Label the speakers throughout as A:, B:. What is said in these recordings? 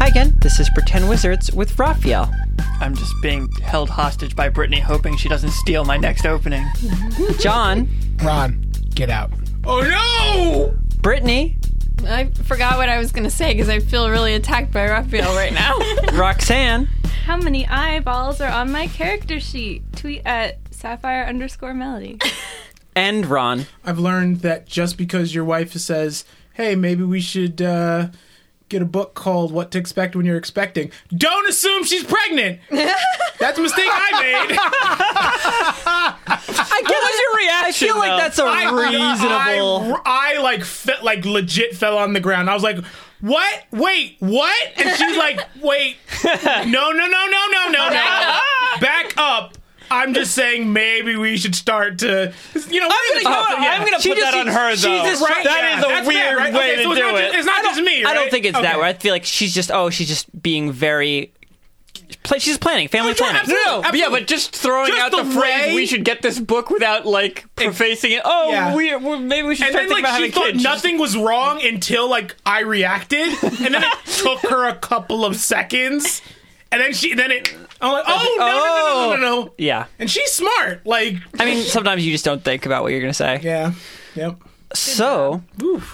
A: again. This is Pretend Wizards with Raphael.
B: I'm just being held hostage by Brittany, hoping she doesn't steal my next opening.
A: John,
C: Ron, get out.
D: Oh no!
A: Brittany,
E: I forgot what I was going to say because I feel really attacked by Raphael right now.
A: Roxanne,
F: How many eyeballs are on my character sheet? Tweet at sapphire underscore melody.
A: and Ron.
C: I've learned that just because your wife says, "Hey, maybe we should uh, get a book called What to Expect When You're Expecting," don't assume she's pregnant. That's a mistake I made.
A: I get was your reaction. I feel like that's a reasonable.
C: I, I, like fe- like legit fell on the ground. I was like, "What? Wait, what?" And she's like, "Wait, no, no, no, no, no, no, no, back up." I'm just saying, maybe we should start to, you know,
A: I'm gonna go. I'm gonna
D: She
A: put
D: just-
A: that on her
D: she's
A: though.
D: just-
A: Right?
D: That is a
C: that's
D: weird
C: fair, right?
D: way
C: Okay,
D: to
C: so it's
D: do
C: not
D: it.
C: Just, it's not just me.
A: I don't
C: right?
A: think it's that.
C: Okay.
A: Where I feel like she's just oh she's just being very. Pla- she's planning family
C: Oh, yeah,
A: planning.
C: absolutely.
D: No, but yeah, but just throwing
C: Just
D: out the,
C: the
D: phrase
C: way-
D: "we should get this book" without like prefacing it. Oh,
C: Yeah.
D: we we maybe we should
C: And
D: start
C: then,
D: thinking
C: like,
D: about
C: she
D: having
C: thought
D: kids.
C: nothing was wrong until, like, I reacted, and then it took her a couple of seconds, and then she, then it, I'm like, oh, no, no, no, no, no, no, no.
A: Yeah.
C: And she's smart, like,
A: I mean, sometimes you just don't think about what you're gonna say.
C: yeah, yep.
A: So,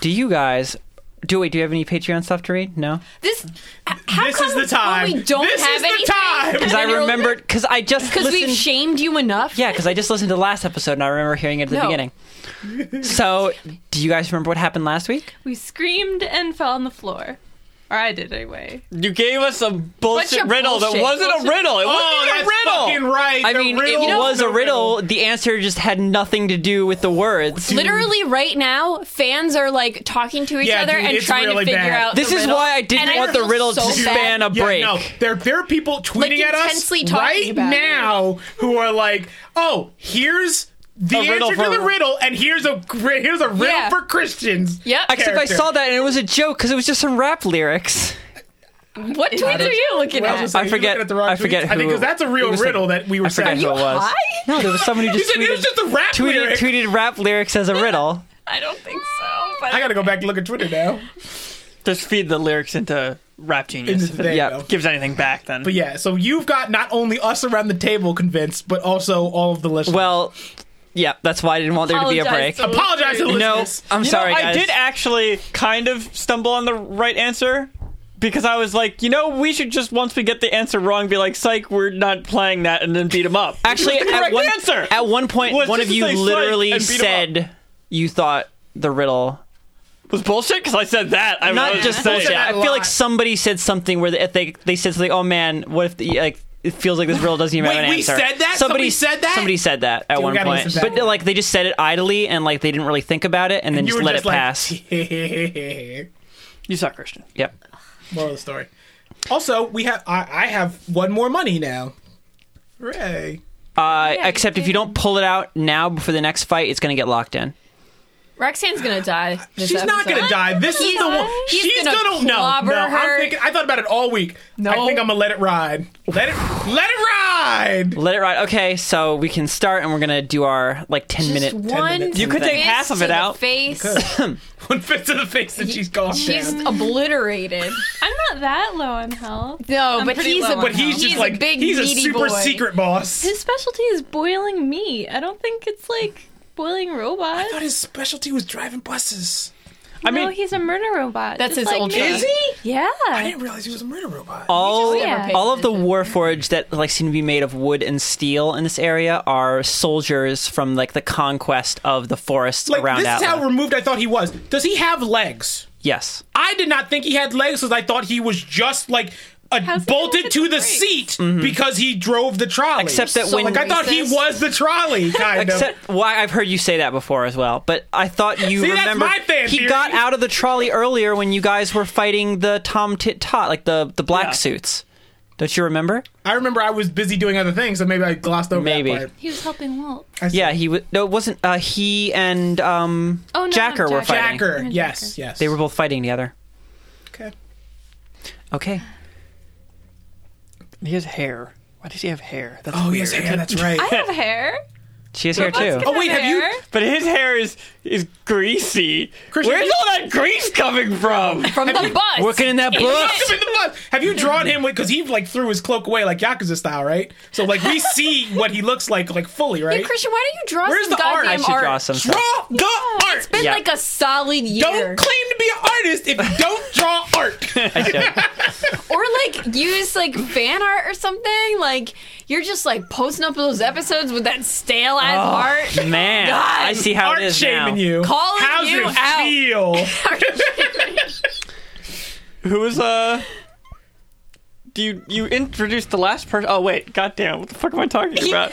A: do you guys? Do wait? Do you have any Patreon stuff to read? No,
E: this how
C: This
E: come
C: is the time.
E: We don't
C: This
E: have
C: is the
E: anything?
C: time.
E: And
C: Because
A: because I
E: then you'll-
A: remembered because I just
E: because we've
A: listened.
E: shamed you enough.
A: yeah, because I just listened to the last episode and I remember hearing it at the
E: No.
A: beginning. So, do you guys remember what happened last week?
F: We screamed and fell on the floor. Or I did anyway.
D: You gave us a bullshit
E: of
D: riddle
E: bullshit.
D: that wasn't
E: Bullshit.
D: a riddle. It
C: Oh,
D: wasn't
C: that's
D: a
C: fucking
D: riddle.
C: right.
A: I
C: The
A: mean,
C: riddle
A: it was a
C: no
A: riddle. The answer just had nothing to do with the words.
E: Literally right now, fans are like talking to each
C: Yeah,
E: other
C: dude,
E: and
C: it's
E: trying
C: really
E: to figure
C: bad.
E: out.
A: This
E: the
A: is
E: riddle.
A: why I
E: And
A: didn't want the
E: feel
A: riddle
E: so
A: to span
E: bad.
A: a break.
C: Yeah, no, there there are people tweeting at us
E: intensely talking
C: right
E: about it.
C: now who are like, "Oh, here's the
D: A riddle
C: answer to
D: for-
C: the riddle, and here's a here's a riddle
E: Yeah.
C: for Christians."
E: Yep.
A: Except I
C: character.
A: saw that and it was a joke because it was just some rap lyrics.
E: What tweets are you looking
C: Well, I was
E: at?
C: just saying,
A: I
C: you're
A: forget-
C: looking At the wrong
A: I forget
C: tweets. I think
A: who-
C: because that's a real
A: it was like-
C: riddle that we were
A: I forget
C: saying.
A: who it was.
E: Hi?
A: No, there was someone who
C: You
A: just
C: said
A: tweeted,
C: it was just a rap
A: tweeted,
C: lyric.
A: tweeted rap lyrics as a riddle.
E: I don't think so. But
C: I gotta go back and look at Twitter now.
B: Just feed the lyrics into Rap Genius.
C: Into
B: if
C: the
B: it
C: day,
A: Yeah.
C: though.
B: gives anything back, then.
C: But yeah, so you've got not only us around the table convinced, but also all of the listeners.
A: Well, yeah, that's why I didn't want there to be a break.
E: Apologize to-
C: apologize to the
A: No,
C: listeners.
A: I'm
D: You know,
A: sorry,
D: I
A: guys.
D: did actually kind of stumble on the right answer because I was like, you know, we should just once we get the answer wrong, be like, "Psych, we're not playing that," and then beat him up.
A: Actually,
D: Which was the
A: at
D: correct
A: one,
D: answer.
A: at one point,
D: was
A: one of
D: just to
A: you
D: say swipe
A: literally
D: and beat 'em
A: said you thought the riddle.
D: was bullshit because I said that. I
A: Not
D: was
A: just
D: saying.
A: bullshit. I
C: that a
A: feel like
C: lot.
A: somebody said something where they, they, they said something, oh man, what if, the, like, it feels like this riddle doesn't even have
C: Wait,
A: an
C: we
A: answer.
C: said that? Somebody said that?
A: Somebody said that at
C: Dude, we
A: one
C: gotta
A: point.
C: listen to that.
A: But, like, they just said it idly and, like, they didn't really think about it and then
C: you
A: just
C: were
A: let
C: just
A: it
C: like,
A: pass.
B: You suck, Christian.
A: Yep.
C: Moral of the story. Also, we have I, I have one more money now. Hooray! Oh,
A: Uh,
F: you
A: except if you don't pull it out now before the next fight, it's going to get locked in.
E: Roxanne's gonna die. This
C: She's not
E: episode.
C: gonna die. This is the one.
E: He's
C: She's
E: gonna
C: gonna, no.
E: clobber
C: No, I'm
E: her.
C: thinking, I thought about it all week. No, I think I'm gonna let it ride. Let it. Let it ride.
A: Let it ride. Okay, so we can start and we're going to do our, like, 10
E: Just
A: minute.
E: one.
C: You
D: could take
E: fist
D: half of it
E: to the
D: out.
E: Face.
C: One fist to the face, and she's gone
E: She's
C: down.
E: obliterated.
F: I'm not that low on health.
E: No,
F: I'm
E: but
F: pretty
E: he's
F: low
E: a
F: on
C: But he's
F: health.
C: just
E: a
C: like
E: big,
C: he's a
E: meaty
C: super
E: boy.
C: secret boss.
F: His specialty is boiling meat. I don't think it's like boiling robots.
C: thought his specialty was driving buses.
D: I
F: no,
D: mean,
F: he's a murder robot.
E: That's
F: just
E: his
F: like
E: ultra.
F: me.
E: Is
F: Yeah.
C: I didn't realize he was a murder robot.
A: all,
E: just never
F: paid
A: all of the
E: attention.
A: warforged that like seem to be made of wood and steel in this area are soldiers from like the conquest of the forests
C: like
A: around
C: this is
A: Atla.
C: how removed I thought he was. Does he have legs?
A: yes
C: I did not think he had legs because I thought he was just like a,
F: How's he
C: bolted
F: gonna
C: to
F: fit the
C: the
F: brakes?
C: seat because he drove the trolley.
A: Mm-hmm. Except that
C: So,
A: when-
C: like I thought he
E: Racist.
C: was the trolley kind of.
A: except why I've heard you say that before as well but I thought you
C: See, that's
A: remember
C: my fan
A: he
C: theory.
A: got out of the trolley earlier when you guys were fighting the Tom Tit Tot like the the black
D: Yeah.
A: suits don't you remember
C: I remember I was busy doing other things, so maybe I glossed over
A: Maybe.
C: that part.
F: He was helping Walt.
A: yeah he was no it wasn't uh, he and um
F: Oh, no,
A: Jacker
F: not
A: were
F: Jacker.
A: fighting
C: Jacker, yes, yes.
A: they were both fighting together
C: okay.
A: okay
B: He has hair. Why does he have hair? That's
C: Oh, he has
B: weird.
C: hair. That's right.
F: I have hair.
A: She is here too.
C: Oh, wait, have you-
F: There.
D: But his hair is is greasy.
C: Christian,
D: Where's
C: have
D: all that grease coming from?
E: From the bus.
A: Working in that
C: Him
A: book.
C: in the bus. Have you drawn him because he like threw his cloak away like Yakuza style, right? So like we see what he looks like like fully, right?
E: Hey, Christian, why don't you draw
C: Where's
E: some
C: the art?
E: goddamn
C: I
A: I should draw some
C: draw
A: stuff.
C: the art.
E: It's been
A: Yeah.
E: like a solid year.
C: don't claim to be an artist if you don't draw art.
A: I should.
E: or like use like fan art or something. Like you're just like posting up those episodes with that stale ass art.
A: Man,
E: God.
A: I see how
C: art
A: it is now.
C: shaming you.
E: Calling
C: How's
E: you
C: it
E: out.
C: feel?
D: Who is uh? Do you you introduced the last person? Oh wait, goddamn! What the fuck am I talking about?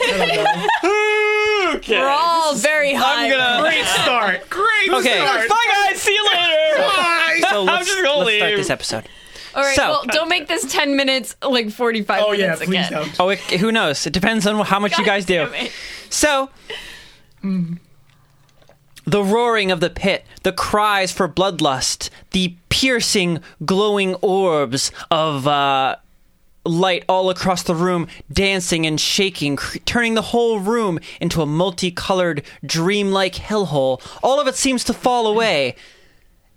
D: okay.
E: We're all very high.
D: I'm gonna.
C: Great start. Great
A: Okay.
C: start.
D: Bye guys, see you later.
C: Bye.
A: So let's,
D: just gonna
A: let's start
D: leave.
A: this episode.
E: All right,
A: So-
E: well, don't make this ten minutes like forty-five.
C: Oh yeah,
E: minutes
C: please
E: again.
C: don't.
A: Oh, it, who knows? It depends on how much you guys do.
E: Damn it.
A: So, the roaring of the pit, the cries for bloodlust, the piercing, glowing orbs of uh, light all across the room, dancing and shaking, cr- turning the whole room into a multicolored, dreamlike hellhole. All of it seems to fall away.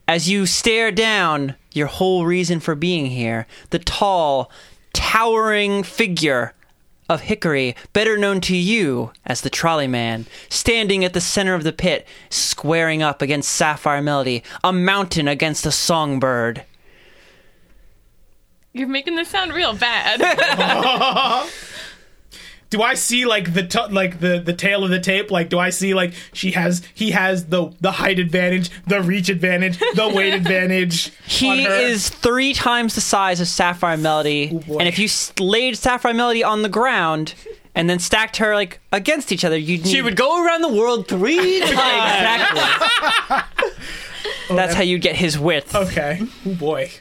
A: As you stare down your whole reason for being here, the tall, towering figure of Hickory, better known to you as the Trolley Man, standing at the center of the pit, squaring up against Sapphire Melody, a mountain against a songbird.
F: You're making this sound real bad.
C: Do I see like the t- like the the tail of the tape? Like, do I see like she has he has the the height advantage, the reach advantage, the weight advantage? on
A: He
C: her?
A: is three times the size of Sapphire Melody,
C: boy.
A: and if you s- laid Sapphire Melody on the ground and then stacked her like against each other, you'd
D: She
A: need-
D: would go around the world three times.
A: exactly. That's how you get his width.
C: okay. Oh boy.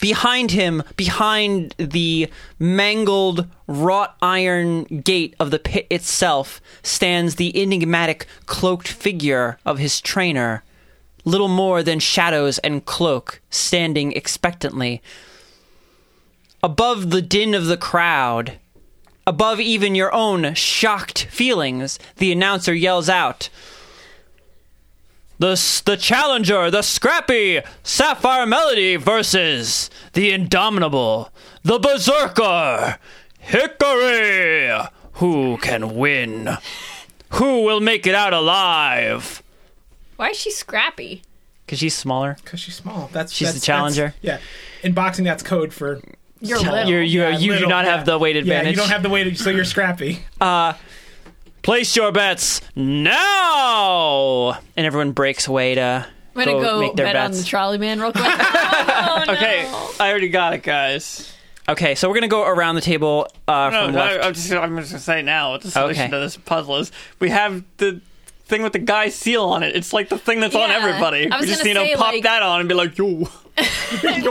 A: behind him, behind the mangled wrought iron gate of the pit itself, stands the enigmatic cloaked figure of his trainer, little more than shadows and cloak, standing expectantly. Above the din of the crowd, above even your own shocked feelings, the announcer yells out, the the challenger, the scrappy Sapphire Melody versus the indomitable, the berserker Hickory. Who can win? Who will make it out alive?
E: Why is she scrappy?
A: Cause she's smaller.
C: Because she's small. That's
A: She's
C: that's-
A: the challenger.
C: that's- yeah. In boxing, that's code for
E: You're little.
A: You're, you
C: Yeah,
A: you do
C: little,
A: not
C: yeah.
A: have the weight advantage.
C: Yeah, you don't have the weight, so you're scrappy.
A: Place your bets now, and everyone breaks away to
E: I'm gonna go,
A: make their
E: bet on
A: bets.
E: the trolley man real quick.
F: Oh,
D: Okay, I already got it, guys.
A: okay, so we're gonna go around the table uh,
D: No,
A: from
D: no,
A: left.
D: I'm just I'm just gonna say now what the solution
A: Okay.
D: to this puzzle is. We have the thing with the guy seal on it. It's like the thing that's on
E: Yeah.
D: everybody.
E: I was
D: We just need
E: gonna
D: to
E: say,
D: pop
E: like-
D: that on and be like, yo,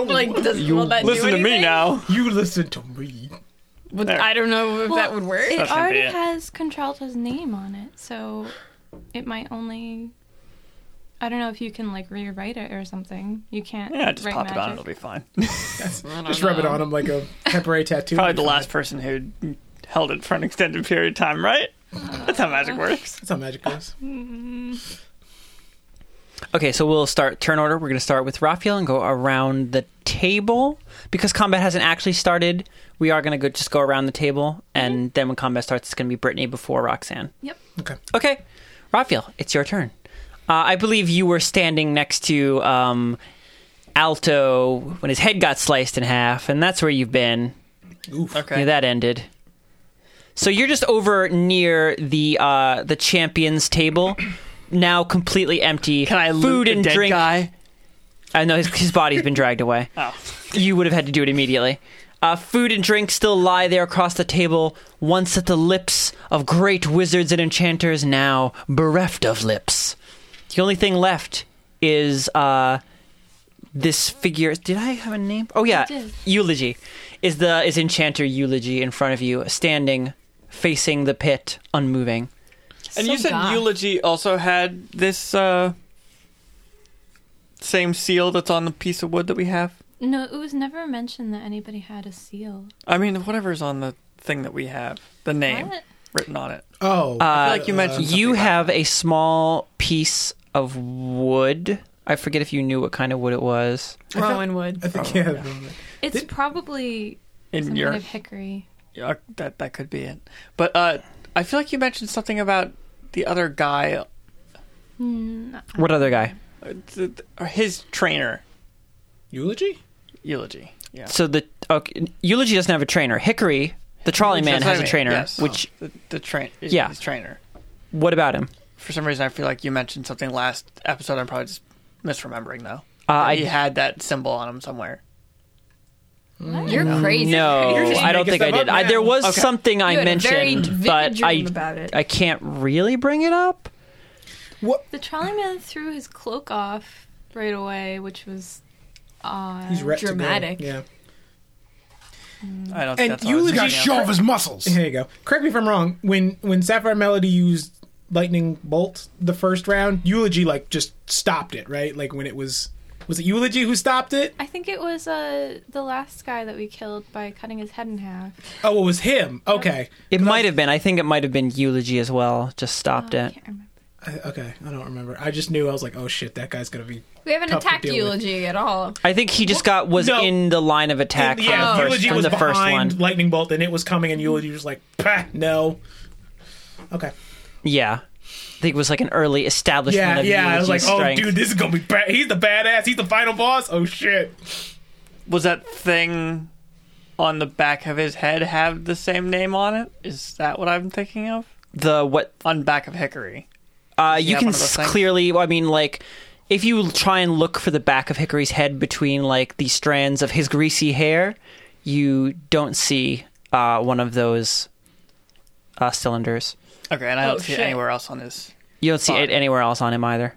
E: like, does, will that do
D: listen to me
E: anything?
D: now.
C: You listen to me.
E: Would-
D: There.
E: I don't know if that would work.
F: It
D: That's gonna be
F: already
D: it.
F: has Contralto's name on it, so it might only. I don't know if you can like rewrite it or something. You can't.
D: Yeah, just
F: write
D: pop it on. It'll
F: magic.
D: be fine.
C: Just rub it on him like a temporary tattoo.
D: Probably the last person who held it for an extended period of time, right? That's how magic
E: Uh-huh.
D: works.
C: That's how magic goes.
A: Okay, so we'll start turn order. We're going to start with Raphael and go around the table because combat hasn't actually started. We are going to go just go around the table, and then when combat starts, it's going to be Brittany before Roxanne.
F: Yep.
C: Okay.
A: Okay, Raphael, it's your turn. Uh, I believe you were standing next to um, Alto when his head got sliced in half, and that's where you've been.
C: Oof.
A: Yeah, that ended. So you're just over near the uh, the champions table, now completely empty.
D: Can I loot
A: food
D: the
A: and
D: dead
A: drink?
D: guy?
A: I know Uh, his, his body's been dragged away.
D: Oh.
A: You would have had to do it immediately. Uh, food and drink still lie there across the table, once at the lips of great wizards and enchanters, now bereft of lips. The only thing left is uh, this figure. Did I have a name? Oh yeah,
F: You did.
A: Eulogy is the is enchanter Eulogy in front of you, standing, facing the pit, unmoving.
D: And
E: So
D: you said
E: goth.
D: eulogy also had this uh, same seal that's on the piece of wood that we have.
F: No, it was never mentioned that anybody had a seal.
D: I mean, whatever's on the thing that we have, the name,
F: What?
D: written on it.
A: Uh,
C: Oh,
D: Uh,
B: I feel like you mentioned
A: You have a small piece of wood. I forget if you knew what kind of wood it was.
E: Rowan would.
C: I think yeah.
F: It's probably
D: in
F: some
D: your
F: kind of hickory.
D: Yeah, that that could be it. But uh, I feel like you mentioned something about the other guy,
A: What other guy?
D: uh, th- th- or his trainer
C: Eulogy.
D: eulogy. Yeah,
A: So the okay, eulogy doesn't have a trainer. Hickory, the trolley man,
D: That's what
A: has
D: I
A: a
D: mean,
A: trainer.
D: yes. Oh,
A: Which
D: the, the train.
A: Yeah.
D: Yeah, his trainer.
A: what about him?
D: For some reason, I feel like you mentioned something last episode. I'm probably just misremembering though.
A: Uh, I-
D: he had that symbol on him somewhere.
E: You're crazy.
A: No,
C: just
A: I don't
C: making
A: think I
C: stuff
A: did.
C: up
A: I, there
C: now.
A: was
D: Okay.
A: something I
E: You had a very
A: mentioned,
E: vivid
A: but I
E: dream about it.
A: I can't really bring it up.
F: The trolley man threw his cloak off right away, which was odd.
C: He's ready to go.
E: Dramatic.
C: Yeah.
D: I don't. think
C: And
D: that's what I was
C: eulogy
D: thinking of.
G: of his muscles.
C: Here you go. Correct me if I'm wrong. When when Sapphire Melody used lightning bolt the first round, eulogy like just stopped it. Right, like when it was was it eulogy who stopped it?
F: I think it was uh, the last guy that we killed by cutting his head in half.
C: Oh, it was him. Okay,
A: It might have been. I think it might have been eulogy as well. Just stopped
F: Oh, I
A: it.
F: can't remember.
C: I, okay. I don't remember. I just knew I was like, oh shit, that guy's gonna be.
E: We haven't
C: Tough to
E: attacked
C: deal with.
E: eulogy at all.
A: I think he just got was
C: No.
A: in the line of attack from,
C: yeah,
A: the, first,
C: eulogy
A: from
C: was
A: the first
C: behind
A: one.
C: lightning bolt, and it was coming, and eulogy was like, "Pah, no. Okay.
A: Yeah, I think it was like an early establishment.
C: Yeah,
A: of
C: yeah. I was like,
A: eulogy's
C: oh,
A: strength.
C: dude, this is gonna be bad. He's the badass. He's the final boss. Oh shit.
D: was that thing on the back of his head have the same name on it? Is that what I'm thinking of?
A: the what?
D: On back of Hickory.
A: Uh, you
D: have
A: can
D: one of those
A: s-
D: things?
A: clearly. I mean, like. If you try and look for the back of Hickory's head between like the strands of his greasy hair, you don't see uh, one of those uh, cylinders.
D: Okay, and I
E: Oh,
D: don't see
E: shit.
D: it anywhere else on his.
A: You don't see
D: Fine.
A: it anywhere else on him either.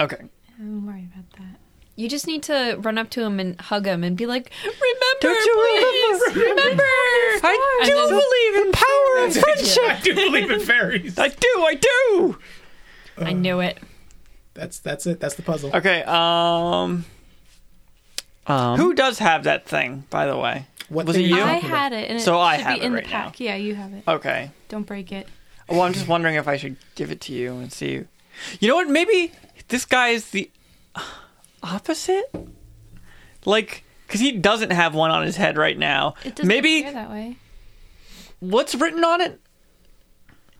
D: Okay.
F: I'm worried about that.
E: You just need to run up to him and hug him and be like, "Remember,
A: Don't you
E: please, remember."
A: I
F: do And then-
A: believe in power of
C: I do believe in fairies.
D: I do, I do!
E: I knew it.
C: That's that's it. That's the puzzle.
D: Okay, um.
A: Um,
D: Who does have that thing, by the way?
C: What
D: was it
C: thing are
D: you?
F: I
C: talking about?
F: had it, and it
D: So I
F: should
D: have
F: be
D: it
F: in
D: right
F: the
D: now.
F: pack. Yeah, you have it.
D: Okay.
F: Don't break it.
D: Well, I'm just wondering if I should give it to you and see you. You know what? Maybe this guy is the opposite? Like, because he doesn't have one on his head right now.
F: It doesn't
D: Maybe
F: appear that way.
D: what's written on it?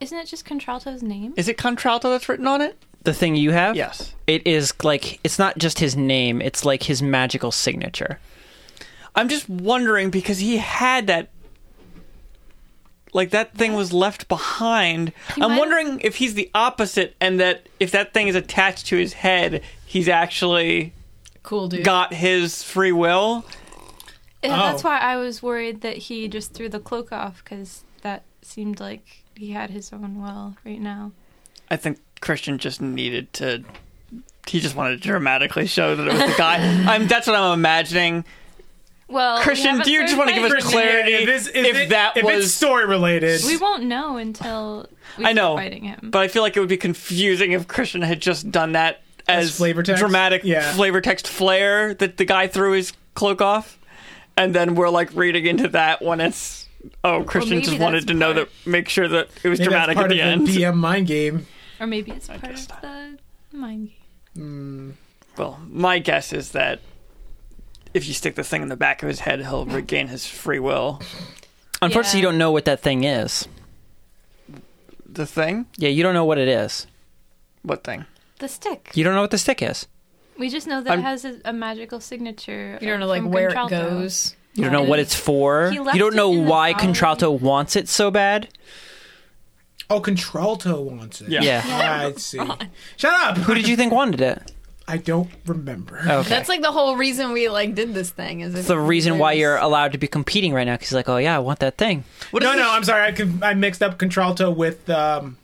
F: Isn't it just Contralto's name?
D: Is it contralto that's written on it?
A: the thing you have?
D: Yes.
A: It is like it's not just his name; it's like his magical signature.
D: I'm just wondering because he had that. Like that thing was left behind. I'm
F: might-
D: wondering if he's the opposite, and that if that thing is attached to his head, he's actually
E: Cool dude.
D: got his free will.
F: Yeah, That's
C: Oh.
F: why I was worried that he just threw the cloak off because that seemed like he had his own will right now.
D: I think Christian just needed to. He just wanted to dramatically show that it was the guy. I'm, that's what I'm imagining.
F: Well, we
D: Christian,
F: haven't
D: do you just wanna
F: clarified
D: give us
F: anything.
C: Christian,
D: clarity
C: yeah, if, this-
D: if
C: it-
D: that
C: if it's
D: was-
C: story related.
F: We won't know until we
D: I know,
F: start fighting him.
D: but I feel like it would be confusing if Christian had just done that as,
C: flavor text?
D: dramatic
C: Yeah.
D: flavor text flair that the guy threw his cloak off, and then we're like reading into that when it's oh Christian
E: maybe
D: just wanted
E: that's
D: to know
E: part-
D: that make sure that it was
C: Maybe that's
D: dramatic at
C: part
D: the
C: of
D: end.
C: the DM mind game.
F: or maybe it's part
D: guess
F: of the mind game.
D: well, my guess is that if you stick the thing in the back of his head, he'll regain his free will.
A: Unfortunately,
E: Yeah.
A: you don't know what that thing is.
D: The thing,
A: Yeah, you don't know what it is.
D: what thing?
F: The stick.
A: You don't know what the stick is.
F: We just know that
D: I'm-
F: it has a, a magical signature.
E: You don't know
F: uh,
E: like
F: from
E: where it
F: Contralto.
E: goes.
A: You don't know what it's for.
F: He
A: You
F: left
A: don't
F: it
A: know
F: in the
A: why
F: trolley.
A: Contralto wants it so bad.
C: Oh, Contralto wants it.
D: Yeah.
A: Yeah.
C: I see. Shut up.
A: Who did you think wanted it?
C: I don't remember.
D: Oh.
A: Okay.
E: That's like the whole reason we like did this thing. Is
A: That's the reason why you're allowed to be competing right now. Because like, oh yeah, I want that thing.
C: no, no, I'm sorry. I, con- I mixed up Contralto with um,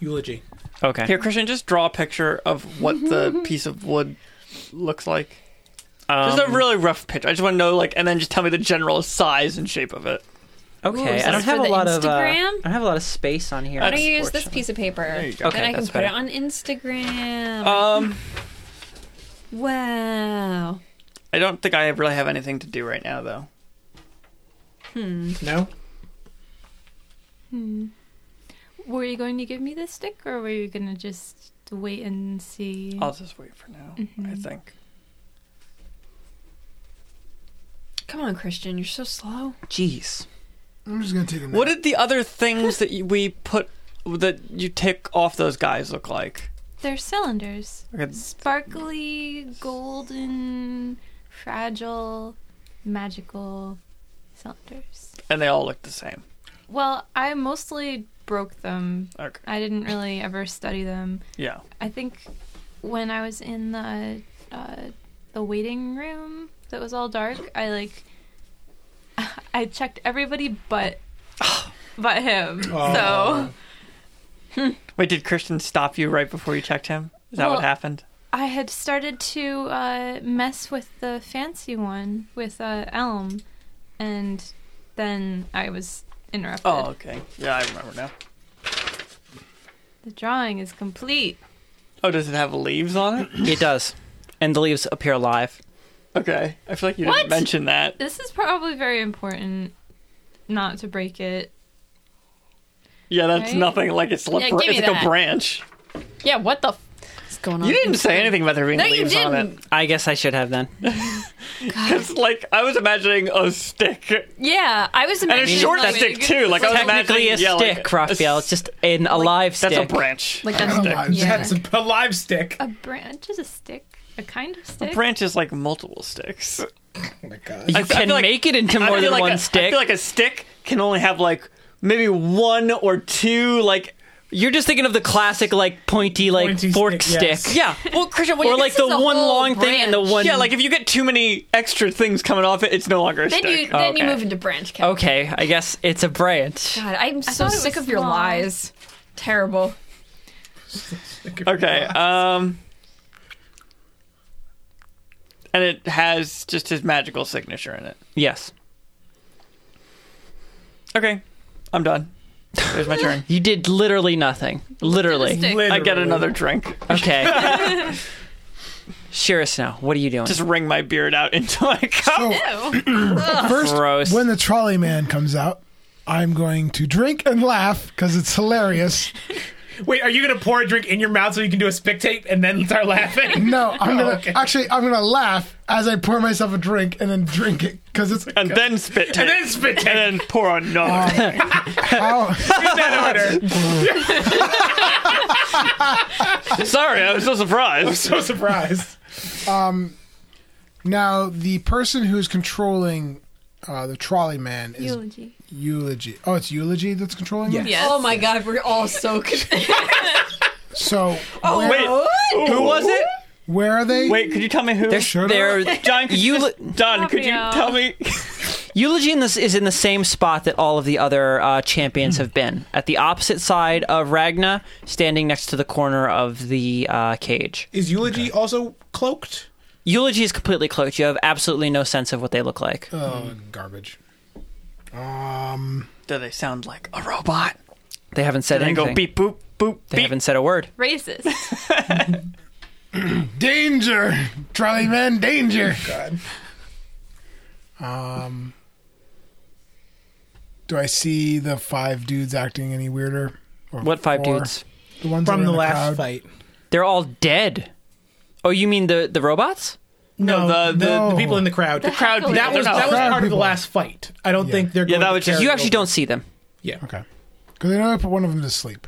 C: Eulogy.
A: Okay.
D: Here, Christian, just draw a picture of what the piece of wood looks like. Just a really rough picture. I just want to know, like, and then just tell me the general size and shape of it.
E: Ooh,
A: okay.
E: is
A: I don't
E: this
A: have
E: for
A: a
E: the
A: lot of. Uh, I
E: Instagram?
A: don't have a lot of space on here.
D: Why
E: Why don't you use this
A: unfortunately.
E: piece of paper?
D: There you go.
E: Then
A: Okay,
E: I can
A: that's
E: put it
A: better.
E: on Instagram.
D: Um,
E: wow.
D: I don't think I really have anything to do right now, though.
C: No?
F: were you going to give me this stick, or were you gonna just wait and see?
D: I'll just wait for now. I think.
E: Come on, Christian, you're so slow.
D: Jeez.
G: I'm just gonna take a nap.
D: What did the other things that you, we put that you take off those guys look like?
F: They're cylinders,
D: Okay.
F: sparkly, golden, fragile, magical cylinders.
D: And they all look the same.
F: Well, I mostly broke them.
D: Okay.
F: I didn't really ever study them.
D: Yeah.
F: I think when I was in the uh, the waiting room that was all dark, I like I checked everybody but but him.
D: Oh.
F: So
D: Wait, did Christian stop you right before you checked him? Is that what
F: Well-
D: happened?
F: I had started to uh, mess with the fancy one with uh, Elm, and then I was interrupted.
D: Oh, okay. Yeah, I remember now.
F: The drawing is complete.
D: Oh, does it have leaves on it?
A: It does. And the leaves appear alive.
D: Okay. I feel like you
F: What?
D: didn't mention that.
F: This is probably very important. Not to break it.
D: Yeah, that's
F: Right?
D: nothing like it's, slip-
E: Yeah, give me
D: it's like
E: that.
D: a branch.
E: Yeah, what the f- is going on?
D: You didn't say anything about there being
E: No, you
D: leaves on it.
E: didn't.
A: I guess I should have then.
D: Because, like, I was imagining a stick.
E: Yeah, I was
D: And a
E: imagining
D: short
E: like,
D: stick, too. Like, I was
A: Technically
D: imagining.
A: a
D: yeah, like,
A: stick,
D: a
A: Raphael.
D: s-
A: It's just an alive stick.
D: That's a branch.
E: like a
G: Alive.
E: yeah.
C: That's a live stick.
F: A branch is a stick. A kind of stick.
D: branch is like multiple sticks.
G: Oh my god.
A: You
D: I feel
A: can
D: like-
A: make it into
D: I
A: more
D: feel
A: than
D: like
A: one
D: a, I
A: stick.
D: feel like a stick can only have, like, maybe one or two, like.
A: You're just thinking of the classic, like pointy, like
C: Pointy
A: fork
C: stick,
A: stick,
C: yes.
D: Yeah. Well, Christian, what
A: or
D: you
A: like
E: this
A: the
E: is a
A: one
E: whole
A: long thing and the
E: branch.
A: one.
D: Yeah, like if you get too many extra things coming off it, it's no longer a
E: Then
D: stick. Oh,
E: you then you
A: Okay.
E: move into branch. Kevin.
A: Okay, I guess it's a branch.
E: God, I'm so
F: thought it
E: sick
F: was
E: of your
F: small.
E: lies. Terrible.
D: Okay. Um. And it has just his magical signature in it.
A: Yes,
D: Okay, I'm done. There's my turn.
A: you did literally nothing. Literally.
F: Stick.
D: I get
C: Literally.
D: another drink.
A: Okay. Sure as now. What are you doing?
D: Just wring my beard out into my cup.
G: So first,
A: Gross.
G: when the trolley man comes out, I'm going to drink and laugh because it's hilarious.
C: Wait, are you gonna pour a drink in your mouth so you can do a spick tape and then start laughing?
G: No, I'm gonna
C: Okay.
G: actually I'm gonna laugh as I pour myself a drink and then drink it because it's
D: and then spit
C: and
D: take.
C: then spit tape.
D: And then pour another.
G: how
C: that order.
D: Sorry, I was so surprised.
C: So surprised.
G: now the person who's controlling uh, the trolley man is
F: Eulogy.
G: eulogy. Oh, it's eulogy that's controlling. Yeah.
E: Yes. Oh my god, we're all so confused.
G: So where,
D: Oh, Wait, who was it?
G: where are they?
D: Wait, could you tell me who?
G: Shut
A: There,
G: up.
D: John, could you
A: Eul-
D: just, John, could you
F: Raphael.
D: tell me?
A: eulogy in this is in the same spot that all of the other uh, champions have been, at the opposite side of Ragna, standing next to the corner of the uh, cage.
C: Is eulogy also cloaked?
A: Eulogy is completely cloaked. You have absolutely no sense of what they look like.
G: Oh, garbage. Um,
D: Do they sound like a robot?
A: They haven't said
D: And then
A: anything.
D: go beep boop boop
A: They
D: beep.
A: haven't said a word.
F: Racist.
G: danger, trolley man, danger. God. Um, do I see the five dudes acting any weirder? Or
A: What five
G: four?
A: dudes?
G: The ones that are
C: From
G: in
C: the last
G: crowd?
C: fight.
A: They're all dead. Oh, you mean the the robots?
D: No,
C: No, the, the,
G: no.
C: the people in the crowd. The
D: crowd people.
C: That was
D: They're not
C: that was
G: crowd
C: part of the
G: people.
C: last fight. I don't think they're.
D: Yeah,
C: going
D: that
C: to
D: was just-
C: carry
A: You actually
C: over.
A: don't see them.
C: Yeah.
G: Okay. Because I know I put one of them to sleep.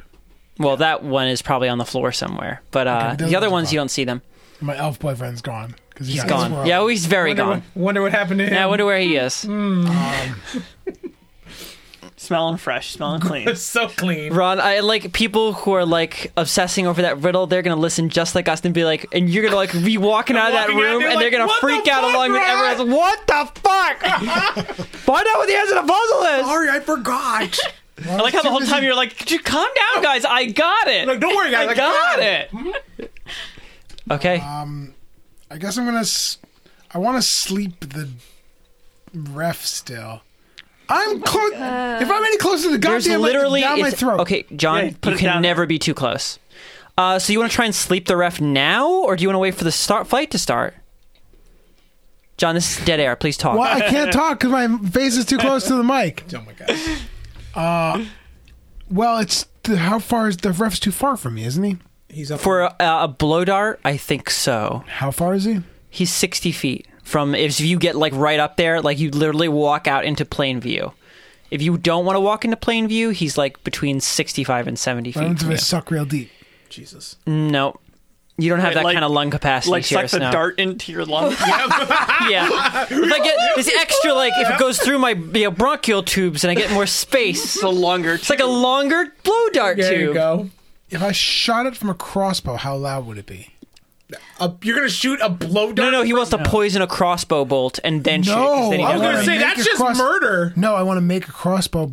A: Well, that one is probably on the floor somewhere, but uh,
G: Okay,
A: the other
G: those
A: ones
G: are-
A: you don't see them.
G: My elf boyfriend's gone. Because he's
A: He's gone. Yeah, well, he's very
C: Wonder
A: gone.
C: what, wonder what happened to him.
A: Yeah, I wonder where he is.
D: Smelling fresh, smelling clean.
C: It's so clean.
A: Ron, I like people who are like obsessing over that riddle. They're gonna listen just like us and be like, and you're gonna like be walking out of that
C: Walking out,
A: room,
C: they're
A: and
C: like,
A: they're gonna
C: "What
A: freak
C: the
A: out
C: fuck,
A: along with
C: Ron?"
A: everyone. else. What the fuck? Find out what the answer to the puzzle is.
G: Sorry, I forgot.
D: I like how the whole time you're like, could you calm down, guys? I got it.
C: Like, Um, don't worry, guys.
D: I got it.
A: Okay,
G: I guess I'm gonna. S- I want to sleep the ref still.
C: Oh
G: I'm close. if I'm any closer to the
A: there's
G: goddamn,
A: literally
G: down my
A: it's-
G: throat.
A: Okay, John,
D: Yeah,
A: you
D: put it
A: can
D: down.
A: never be too close. Uh, so you want to try and sleep the ref now, or do you want to wait for the start fight to start? John, this is dead air. Please talk.
G: Well, I can't talk because my face is too close to the mic.
C: Oh my god.
G: Uh, Well, it's the, how far is the ref's too far from me, isn't he? He's up
A: For a, a blow dart, I think so.
G: How far is he?
A: He's 60 feet from if you get like right up there, like you literally walk out into plain view. If you don't want to walk into plain view, he's like between 65 and 70
G: Why
A: feet.
G: don't
A: from
G: I
A: you.
G: suck real deep?
C: Jesus.
A: No, you don't have
D: Wait,
A: that
D: like-
A: kind of lung capacity.
D: like suck
A: Sierra Snow.
D: the dart into your lungs.
A: Yeah, if I get this extra, like if it goes through my you know, bronchial tubes and I get more space,
D: It's a longer.
A: it's like a longer blow dart
C: There
A: tube.
C: you go.
G: If I shot it from a crossbow, how loud would it be?
C: A, you're gonna shoot a blow
A: No,
C: dart.
A: no, he wants to poison a crossbow bolt and then shoot. 'cause then he
G: I
A: has
C: was gonna
A: it.
G: wanna
C: say,
G: make
C: that's
G: a
C: just murder.
G: No, I want to make a crossbow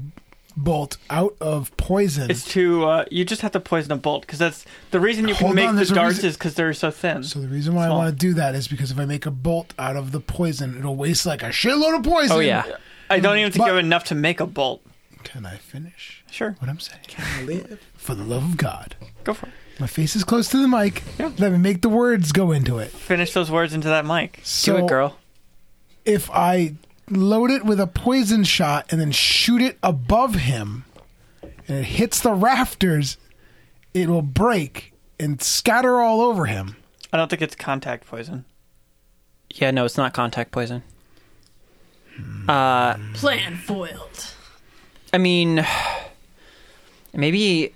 G: bolt out of poison.
D: It's too. Uh, you just have to poison a bolt because that's the reason you can
G: Hold
D: make
G: on,
D: the
G: there's a
D: darts
G: reason-
D: is because they're so thin.
G: so the reason why I
D: Small.
G: want to do that is because if I make a bolt out of the poison, it'll waste like a shitload of poison.
A: Oh yeah.
D: I don't even think
G: But-
D: you have enough to make a bolt.
G: Can I finish
D: Sure,
G: what I'm saying? For the love of God.
D: go for it.
G: My face is close to the mic. Let me make the words go into it.
D: Finish those words into that mic.
G: So
A: Do it, girl.
G: if I load it with a poison shot and then shoot it above him and it hits the rafters, it will break and scatter all over him.
D: I don't think it's contact poison.
A: Yeah, no, it's not contact poison.
G: Hmm.
A: Uh,
E: Plan foiled.
A: I mean, maybe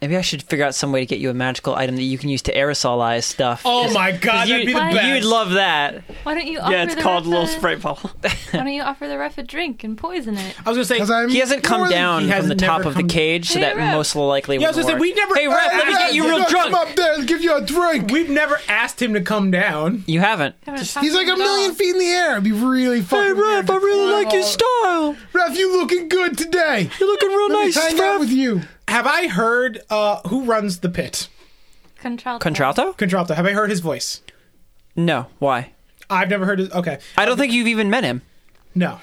A: maybe I should figure out some way to get you a magical item that you can use to aerosolize stuff.
C: Oh my god,
A: you,
C: that'd be the
F: Why?
C: best.
A: would love that.
F: Why don't you offer
D: Yeah, it's
F: the
D: called
F: ref
D: little
F: a-
D: spray ball.
F: Why don't you offer the ref a drink and poison it?
C: I was gonna say,
G: Because I'm
A: He hasn't come
G: more than-
A: down
C: he
A: from the
C: hasn't
A: top
C: never
A: of the
C: come-
A: cage, so
F: Hey,
A: that
F: Ref.
A: most likely
C: yeah, I was
A: wouldn't
C: gonna
A: work.
C: say, we never.
A: Hey, ref, let me get you
G: Hey,
A: real
G: Ref,
A: drunk.
G: Come up there and give you a drink.
C: We've never asked him to come down.
A: You haven't.
G: He's like a million feet in the air. It'd be really fucking. weird to climb all-
A: style.
G: Ref, you looking good today.
A: You're looking real
G: Let me hang out with you.
C: Have I heard uh, who runs the pit?
F: Contralto.
A: Contralto?
C: Contralto. Have I heard his voice?
A: No. Why?
C: I've never heard his. Okay,
A: I don't think you've even met him.
C: no.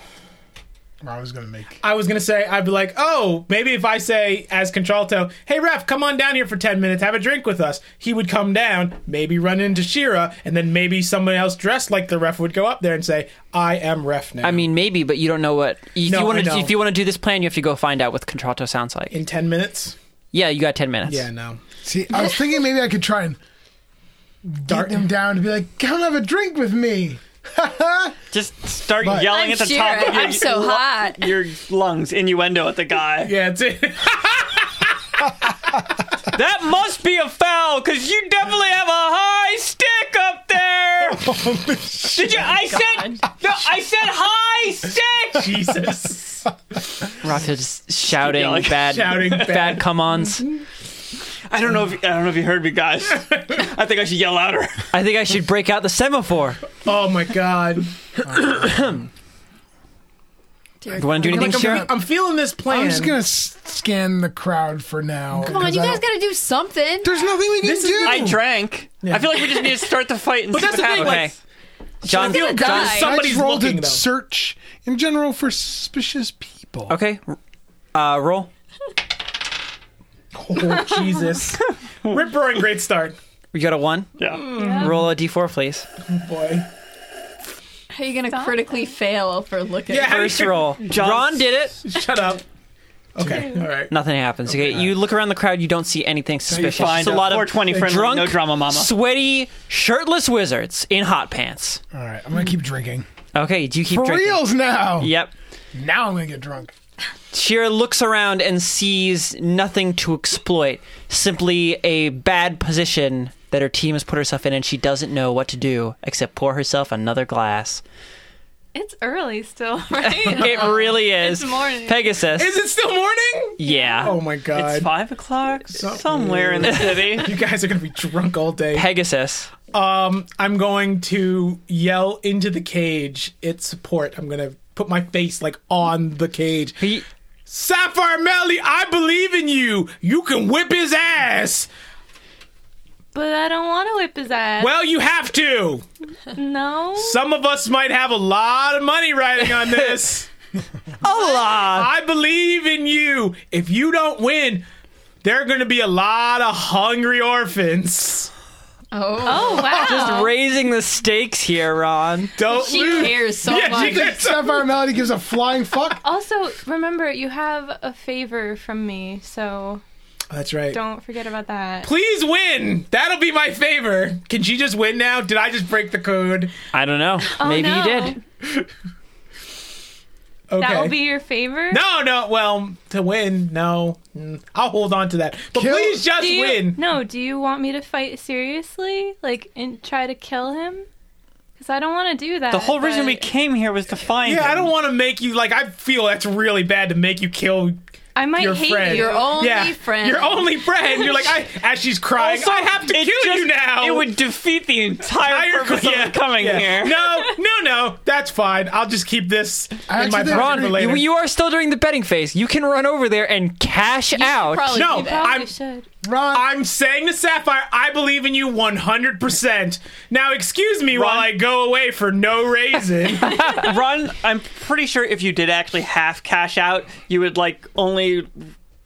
G: I was gonna make.
C: I was gonna say I'd be like, oh, maybe if I say as contralto, hey ref, come on down here for ten minutes, have a drink with us. He would come down, maybe run into Shira, and then maybe someone else dressed like the ref would go up there and say, I am ref now.
A: I mean, maybe, but you don't know what. If
C: No,
A: you want
C: I
A: to,
C: don't.
A: if you want to do this plan, you have to go find out what contralto sounds like.
C: in ten minutes.
A: yeah, you got ten minutes.
C: Yeah, no.
G: See, I was thinking maybe I could try and dart
C: Dart.
G: him down to be like, "Come have a drink with me."
D: Just start
G: But-
D: yelling
E: I'm
D: at the
E: sure.
D: top of your,
E: I'm so hot.
D: your lungs, innuendo at the guy.
C: Yeah, it's it.
D: That must be a foul, cause you definitely have a high stick up there. Did you? I said. No, I said high stick.
C: Jesus.
A: Roth is shouting
D: yelling,
A: bad,
C: shouting bad.
A: bad come-ons.
D: I don't know if I don't know if you heard me, guys. I think I should yell louder.
A: I think I should break out the semaphore.
C: Oh my god.
A: You want to do anything,
C: Like, I'm,
A: Shira?
C: I'm feeling this plan.
G: I'm just gonna s- scan the crowd for now.
E: Come on, you guys
G: got.
E: gotta do something.
G: There's nothing we can
C: This is-
G: do.
D: I drank. I feel like we just need to start the fight and
C: But
D: see
C: that's
D: what
C: the thing,
D: happens.
A: Okay, John.
E: gonna
A: John
E: die.
G: I
C: Somebody's
G: just rolled
C: looking
G: a
C: though.
G: search in general for suspicious people.
A: okay, uh, roll.
C: Oh, Jesus. Rip roaring great start.
A: You got a one.
C: Hmm,
D: yeah.
A: Roll a d4, please.
C: Boy.
E: How are you gonna critically fail for looking?
C: Yeah.
A: First roll. Ron did it.
C: Shut up. Okay, alright.
A: Nothing happens. Okay, you look around the crowd. You don't see anything suspicious.
D: fine.
A: Just a lot of
D: 420 friendly,
A: drunk,
D: no drama, mama.
A: sweaty, shirtless wizards in hot pants.
G: All right, I'm gonna keep drinking.
A: Okay, do you keep
G: For
A: drinking?
G: reals now.
A: Yep.
G: Now I'm gonna get drunk.
A: Shira looks around and sees nothing to exploit, simply a bad position that her team has put herself in, and she doesn't know what to do except pour herself another glass.
F: It's early still, right?
A: It really is.
F: It's morning.
A: Pegasus.
C: Is it still morning?
A: yeah.
C: Oh my god.
D: It's five o'clock somewhere in the city.
C: You guys are gonna be drunk all day.
A: Pegasus.
C: Um, I'm going to yell into the cage. It's support. I'm gonna put my face like on the cage.
A: He-
C: Sapphire Melly, I believe in you. You can whip his ass.
F: but I don't want to whip his ass.
C: Well, you have to.
F: no.
C: Some of us might have a lot of money riding on this.
A: Hola!
C: I believe in you. If you don't win, there are going to be a lot of hungry orphans.
E: Oh,
F: Oh wow.
A: Just raising the stakes here, Ron.
C: Don't
E: she
C: lose.
E: cares so
C: Yeah,
E: much.
C: she cares.
G: Sapphire Melody gives a flying fuck.
F: also, remember you have a favor from me, so
C: That's right.
F: Don't forget about that.
C: Please win. That'll be my favor. Can she just win now? Did I just break the code?
A: I don't know. Maybe
F: no.
A: you did.
C: Okay.
F: That will be your favor.
C: no, no. Well, to win, no. Mm, I'll hold on to that. But
G: Kill-
C: please just
F: Do you,
C: win.
F: No, do you want me to fight seriously? Like, and try to kill him? Because I don't want to do that.
D: The whole reason we
F: but
D: came here was to find
C: Yeah, I
D: him.
C: don't want to make you like. I feel that's really bad to make you kill
F: I might
C: your
F: hate
C: friend.
F: you.
E: Your only
C: yeah,
E: friend.
C: Your only friend. You're like, I as she's crying,
D: Also,
C: I have to kill
D: it just-
C: you now.
D: It would defeat the entire
C: Entire-
D: purpose
C: yeah,
D: of coming
C: yeah.
D: here.
C: No, no, no. That's fine. I'll just keep this
G: I
C: in my
G: actually think-
C: pocket for
G: Ron,
C: later.
A: You, you are still during the betting phase. You can run over there and cash out.
E: Probably
C: No,
E: do that.
F: Probably
C: I'm-
F: should.
G: Ron,
C: I'm saying to Sapphire, I believe in you 100%. Now, excuse me while I go away for no reason.
D: Run, I'm pretty sure if you did actually half cash out, you would like only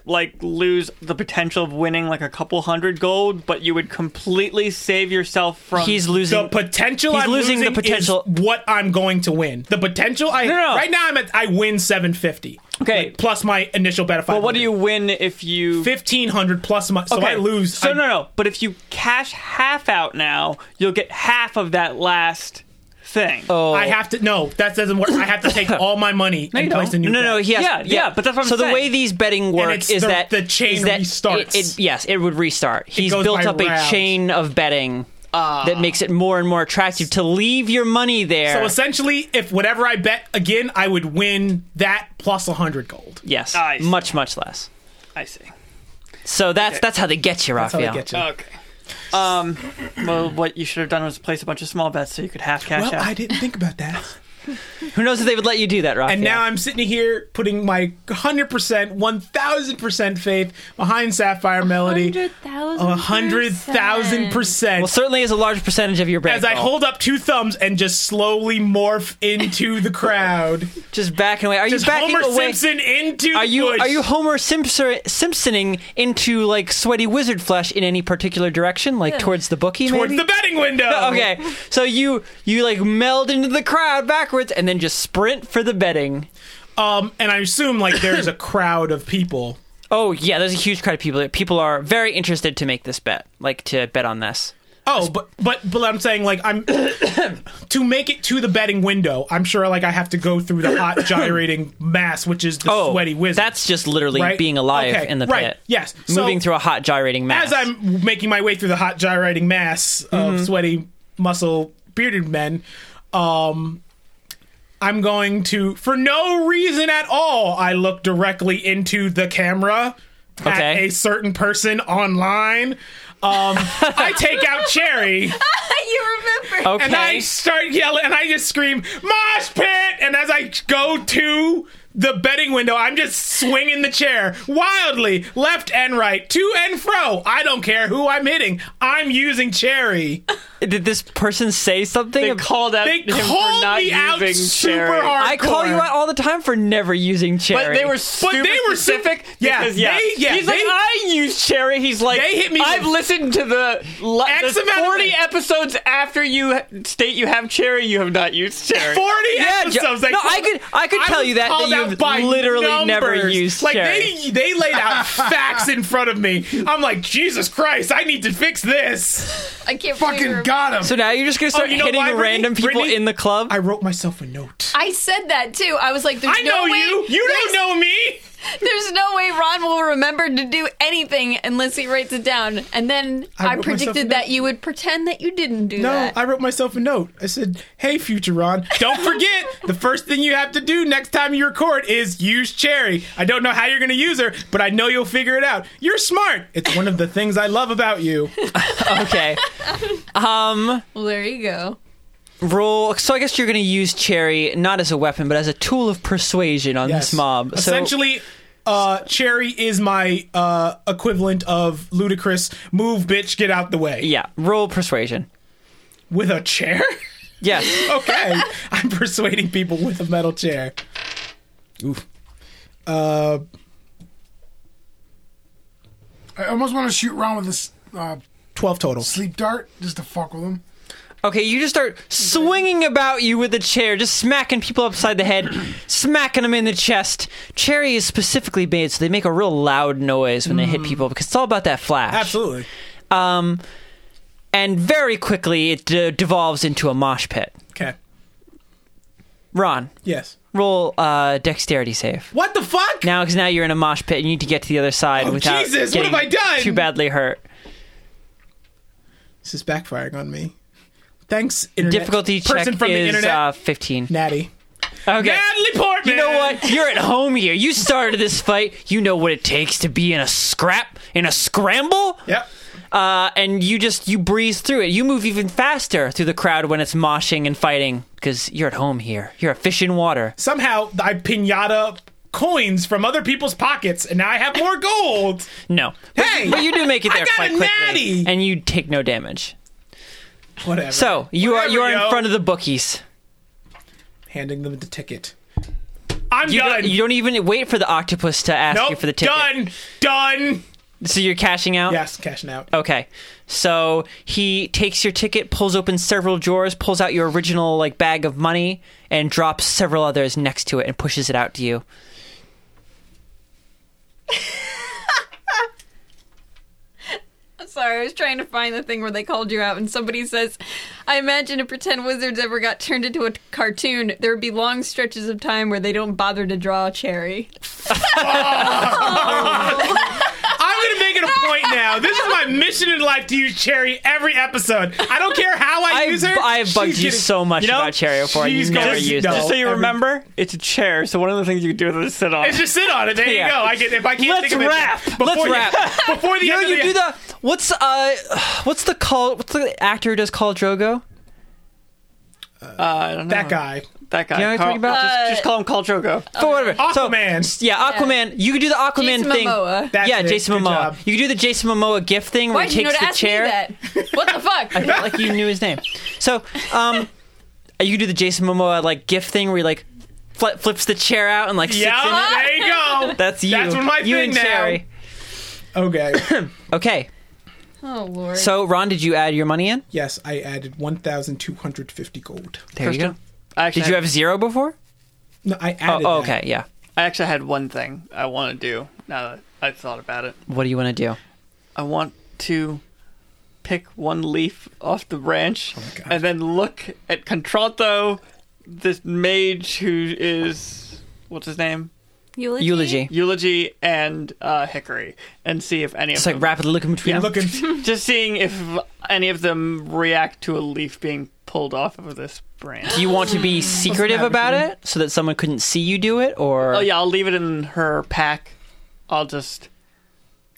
D: like lose the potential of winning like a couple hundred gold, but you would completely save yourself from
A: He's
C: the
A: losing.
C: potential
A: He's
C: I'm
A: losing the
C: is
A: potential-
C: what I'm going to win. The potential I
D: No, no.
C: right now I'm at I win 750.
D: Okay.
C: Like, plus my initial bet of 500.
D: But what do you win if you
C: 1500 plus my so I lose.
D: So
C: I-
D: no, no. But if you cash half out now, you'll get half of that last thing. Oh,
C: I have to no, that doesn't work. I have to take all my money and
D: you
C: place a new
A: no, no,
C: bet.
A: no. He has,
D: Yeah, yeah, but that's what I'm
A: so
D: saying.
A: the way these betting work
C: it's
A: is
C: the-
A: that
C: the chain
A: is that
C: restarts.
A: It, it, yes, it would restart. He's
C: goes
A: built
C: by
A: up
C: rounds. Ah.
A: a chain of betting that makes it more and more attractive to leave your money there.
C: So essentially, if whatever I bet again, I would win that plus 100 gold.
A: yes,
D: I see.
A: much much less.
D: I see.
A: So that's that's how they get you,
C: That's how
A: Raphael.
C: I get you.
D: Okay. Um. Well, what you should have done was place a bunch of small bets so you could half cash
C: well,
D: out.
C: I didn't think about that.
A: Who knows if they would let you do that, Raphael?
C: And now I'm sitting here putting my 100%, 1000% faith behind Sapphire Melody.
F: 100,000
C: 100,000%.
A: well, certainly is a large percentage of your bet.
C: as I
A: goal.
C: hold up two thumbs and just slowly morph into the crowd.
A: just backing away. Are you
C: Just
A: backing
C: Homer
A: away?
C: Simpson into
A: Are
C: the
A: you
C: bush.
A: are you Homer Simpson Simpsoning into like sweaty wizard flesh in any particular direction, like towards the bookie?
C: towards
A: maybe?
C: the betting window?
A: Okay, so you you like meld into the crowd backwards and then just sprint for the betting.
C: Um, and I assume like there's a crowd of people.
A: Oh yeah, there's a huge crowd of people. People are very interested to make this bet, like to bet on this.
C: Oh, but but but I'm saying like I'm to make it to the betting window. I'm sure like I have to go through the hot gyrating mass, which is the
A: Oh,
C: sweaty wizard.
A: That's just literally
C: Right?
A: being alive
C: Okay,
A: in the
C: right,
A: pit.
C: yes. So-
A: moving through a hot gyrating mass.
C: as I'm making my way through the hot gyrating mass of sweaty muscle bearded men, um, I'm going to for no reason at all. I look directly into the camera at
A: Okay.
C: a certain person online. Um, I take out Cherry
E: you remember.
A: okay.
C: and I start yelling and I just scream mosh pit. And as I go to the betting window, I'm just swinging the chair wildly, left and right, to and fro. I don't care who I'm hitting. I'm using cherry.
A: Did this person say something?
D: they
A: ab-
D: called out
C: They
D: him
C: called
D: for not
C: me out
D: using
C: super
D: cherry.
C: hard.
A: I call you out all the time for never using cherry.
D: But they were
C: But
D: super
C: they were super-
D: specific.
C: yeah,
D: because, yeah,
C: they- yeah,
D: he's like,
C: they-
D: I use cherry. He's like,
C: They hit me
D: I've
C: with-
D: listened to the, le-
C: X
D: the
C: amount of
D: forty
C: it.
D: episodes after you state you have cherry. You have not used cherry.
C: Forty
A: Yeah, Jo-
C: episodes. They
A: no,
C: called-
A: I could- I could tell
C: was
A: you that, that
C: called out
A: you've
C: by
A: literally never
C: numbers.
A: used
C: Like
A: cherry.
C: they they laid out facts in front of me. I'm like Jesus Christ. I need to fix this.
E: I can't
G: fucking
E: remember.
G: got him.
A: so now you're just gonna start
C: Oh, you know
A: hitting
C: why, Brittany?
A: random people
C: Brittany,
A: in the club.
C: I wrote myself a note.
E: I said that too. I was like, "There's
C: I know
E: no way,
C: you. You
E: there's,
C: don't know me.
E: There's no way Ron will remember to do anything unless he writes it down." And then
C: I
E: I,
C: wrote myself
E: predicted
C: down.
E: that you would pretend that you didn't do
C: No,
E: that.
C: I wrote myself a note. I said, "Hey, future Ron, don't forget the first thing you have to do next time you record is use Cherry. I don't know how you're going to use her, but I know you'll figure it out. You're smart. It's one of the things I love about you.
A: okay.
E: well, there you go.
A: Roll. So I guess you're going to use cherry not as a weapon, but as a tool of persuasion on
C: Yes.
A: this mob. So-
C: Essentially." uh, Cherry is my uh, equivalent of ludicrous move, bitch, get out the way.
A: yeah. Roll persuasion.
C: With a chair?
A: Yes.
C: okay. I'm persuading people with a metal chair. Oof. Uh,
G: I almost want to shoot Ron with this uh,
C: 12 total.
G: sleep dart just to fuck with him.
A: Okay, you just start swinging about you with the chair, just smacking people upside the head, smacking them in the chest. Cherry is specifically made so they make a real loud noise when they
C: Mm.
A: hit people because it's all about that flash.
C: Absolutely.
A: Um, and very quickly it de- devolves into a mosh pit.
C: Okay.
A: Ron,
C: Yes.
A: roll uh, dexterity save.
C: What the fuck?
A: Now, because now you're in a mosh pit and you need to get to the other side without
C: Oh, Jesus, what have
A: getting
C: I done?
A: too badly hurt.
C: This is backfiring on me. Thanks, internet.
A: Difficulty
C: person
A: check
C: from the
A: is
C: internet.
A: uh, 15.
C: Natty.
A: Okay.
C: Natalie Portman.
A: You know what? You're at home here. You started this fight. You know what it takes to be in a scrap, in a scramble.
C: Yep.
A: Uh, and you just you breeze through it. You move even faster through the crowd when it's moshing and fighting because you're at home here. You're a fish in water.
C: Somehow I pinata coins from other people's pockets, and now I have more gold.
A: No, but,
C: Hey!
A: but you do make it
C: I
A: there
C: got
A: quite
C: a
A: quickly,
C: natty!
A: and you take no damage.
C: Whatever.
A: So you
C: Whatever,
A: are you are
C: yo.
A: in front of the bookies.
C: handing them the ticket. I'm
A: You
C: done.
A: don't, you don't even wait for the octopus to ask
C: nope.
A: you for the ticket.
C: Done. Done.
A: So you're cashing out.
C: Yes, cashing out.
A: Okay. So he takes your ticket, pulls open several drawers, pulls out your original like bag of money, and drops several others next to it and pushes it out to you.
E: Sorry, I was trying to find the thing where they called you out, and somebody says, "I imagine if pretend wizards ever got turned into a t- cartoon, there would be long stretches of time where they don't bother to draw a cherry."
C: I'm gonna make it a point now. This is my mission in life to use Cherry every episode. I don't care how I,
A: I
C: use her.
A: I have bugged
C: she's
A: you
C: getting-
A: so much
D: You know,
A: about Cherry before. and You
C: she's
A: never
C: gonna-
A: used
C: no.
A: it.
D: Just so you
C: every-
D: remember, it's a chair. So one of the things you can do with it is sit on.
C: It's just sit on it. There
A: Yeah.
C: you go. I get if I can't
D: Let's
C: think of it-
D: wrap.
C: Before
A: Let's
C: the-
A: wrap.
C: Before the
A: You know,
C: end of
A: you
C: the
A: do the what's uh what's the call what's the actor who does call Drogo?
D: Uh, I don't know.
C: that guy.
D: That guy.
A: You know what I'm talking about?
E: Uh,
D: Just, just call him Call Drogo.
A: For whatever. So-
C: Aquaman.
A: yeah, Aquaman. You could do the Aquaman
E: Jason
A: thing.
E: Momoa.
C: That's
A: yeah,
C: it.
A: Jason
C: Good
A: Momoa.
C: job.
A: You could do the Jason Momoa gift thing where
E: Why'd
A: he
E: you know
A: takes
E: to
A: the
E: ask
A: chair.
E: me that? What the fuck?
A: I felt like you knew his name. So, um, you could do the Jason Momoa like gift thing where he like fl- flips the chair out and like sits
C: Yeah,
A: in it.
C: there you go.
A: That's you.
C: That's my
A: you
C: thing
A: and
C: now.
A: Cherry.
C: Okay.
A: Okay.
E: oh lord.
A: So, Ron, did you add your money in?
C: Yes, I added 1,250 gold.
A: There you go.
D: Kristen, I actually
A: Did you
D: had-
A: have zero before?
C: No, I
A: Oh,
C: added.
A: oh,
C: that.
A: okay. Yeah.
D: I actually had one thing I want to do. Now that I thought about it,
A: What do you want to do?
D: I want to pick one leaf off the branch and then look at Contralto, this mage who is what's his name,
F: Eulogy.
A: Eulogy.
D: Eulogy, and uh, Hickory, and see if any of
A: Just
D: them
A: like rapidly looking between
D: Yeah.
A: them.
C: Looking.
D: just seeing if any of them react to a leaf being pulled off of this branch.
A: Do you want to be secretive about it so that someone couldn't see you do it, or
D: Oh yeah, I'll leave it in her pack. I'll just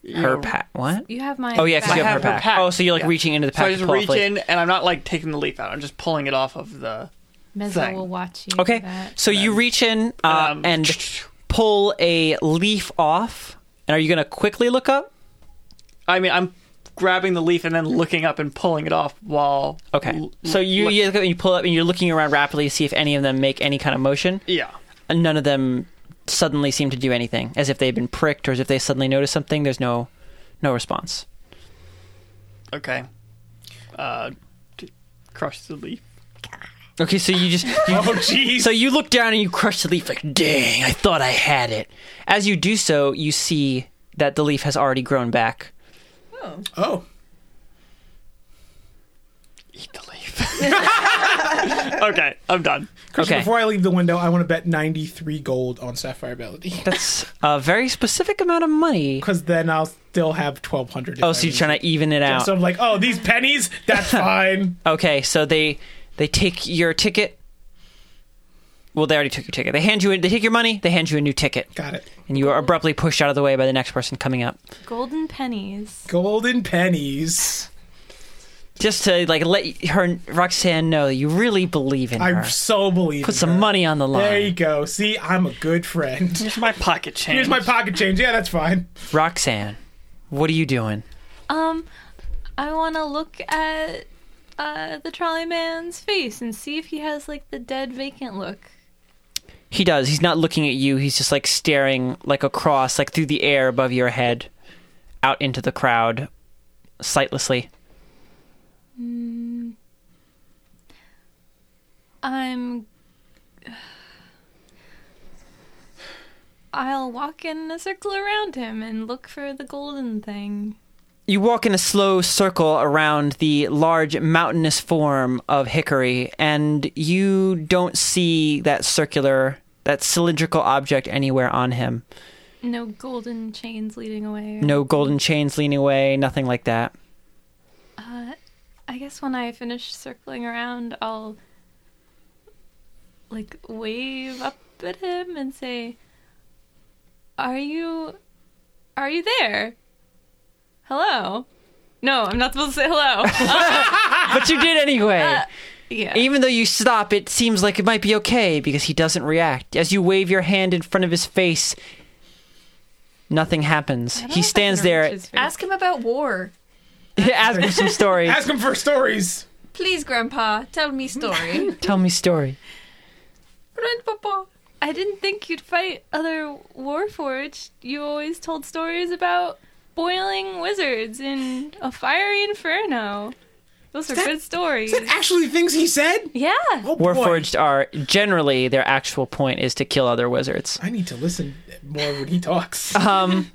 D: you
A: her
D: know,
A: pack? What?
F: You have my.
A: Oh yeah, 'cause
D: I
A: you have,
D: have her
A: pack.
D: pack.
A: Oh, so you're like
D: Yeah.
A: reaching into the
D: So
A: pack
D: I
A: to
D: just
A: pull off
D: reach
A: leaf.
D: in, and I'm not like taking the leaf out. I'm just pulling it off of the.
F: Mezzo
D: thing.
F: will watch you. do
A: Okay,
F: that.
A: so you reach in uh,
D: Um,
A: and pull a leaf off, and are you going to quickly look up?
D: I mean, I'm grabbing the leaf and then looking up and pulling it off while.
A: Okay,
D: l-
A: so you
D: look-
A: you, look up and you pull up and you're looking around rapidly to see if any of them make any kind of motion.
D: yeah.
A: And none of them suddenly seem to do anything, as if they've been pricked or as if they suddenly notice something. There's no no response.
D: Okay. Uh, t- crush the leaf.
A: Okay, so you just you
C: Oh, jeez.
A: So you look down and you crush the leaf, like, dang, I thought I had it. As you do so, you see that the leaf has already grown back.
C: oh.
D: Eat the leaf. okay, I'm done.
A: Okay.
C: Before I leave the window, I want to bet 93 gold on Sapphire Melody.
A: That's a very specific amount of money.
C: Because then I'll still have 1,200. if
A: Oh,
C: I
A: so you're
C: lose.
A: trying to even it out.
C: So I'm like, oh, these pennies? That's fine.
A: Okay, so they they take your ticket. Well, they already took your ticket. They hand you a, they take your money, they hand you a new ticket.
C: Got it.
A: And you are abruptly pushed out of the way by the next person coming up.
F: Golden pennies.
C: Golden pennies.
A: Just to like let her Roxanne know that you really believe in her.
C: I'm so believing.
A: Put some
C: her.
A: money on the line.
C: There you go. See, I'm a good friend.
D: Here's my pocket change.
C: Here's my pocket change. Yeah, that's fine.
A: Roxanne, what are you doing?
F: Um, I want to look at uh the trolley man's face and see if he has like the dead vacant look.
A: He does. He's not looking at you. He's just like staring like across, like through the air above your head, out into the crowd, sightlessly.
F: I'm. I'll walk in a circle around him and look for the golden thing.
A: You walk in a slow circle around the large mountainous form of Hickory, and you don't see that circular, that cylindrical object anywhere on him.
F: No golden chains leading away. or-
A: No golden chains leaning away, nothing like that.
F: Uh, I guess when I finish circling around, I'll like wave up at him and say, "Are you, are you there? Hello." No, I'm not supposed to say hello.
A: But you did anyway.
F: yeah.
A: Even though you stop, it seems like it might be okay because he doesn't react. As you wave your hand in front of his face, nothing happens.
F: I don't know
A: He
F: if I
A: stands
F: can reach
A: there,
F: his face.
E: Ask him about war.
A: ask me some stories.
C: Ask him for stories.
E: Please, Grandpa, tell me story.
A: Tell me story.
E: Grandpapa.
F: I didn't think you'd fight other Warforged. You always told stories about boiling wizards in a fiery inferno. Those are good stories.
C: Actually, things he said.
F: yeah.
C: Oh, boy.
A: Warforged are generally their actual point is to kill other wizards.
C: I need to listen more when he talks.
A: Um,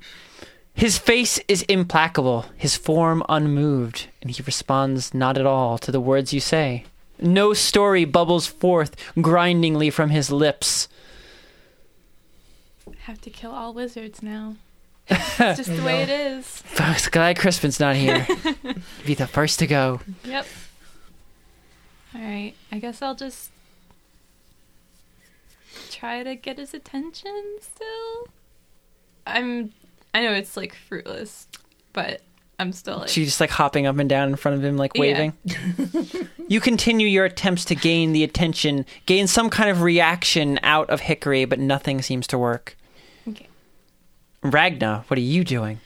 A: his face is implacable, his form unmoved, and he responds not at all to the words you say. No story bubbles forth grindingly from his lips.
F: Have to kill all wizards now. It's just the way it is.
A: Folks, glad Crispin's not here. Be the first to go.
F: Yep. All right. I guess I'll just try to get his attention still. I'm I know it's like fruitless, but I'm still like
A: She's just like hopping up and down in front of him, like
F: Yeah.
A: waving. you continue your attempts to gain the attention, gain some kind of reaction out of Hickory, but nothing seems to work.
F: Okay.
A: Ragna, what are you doing?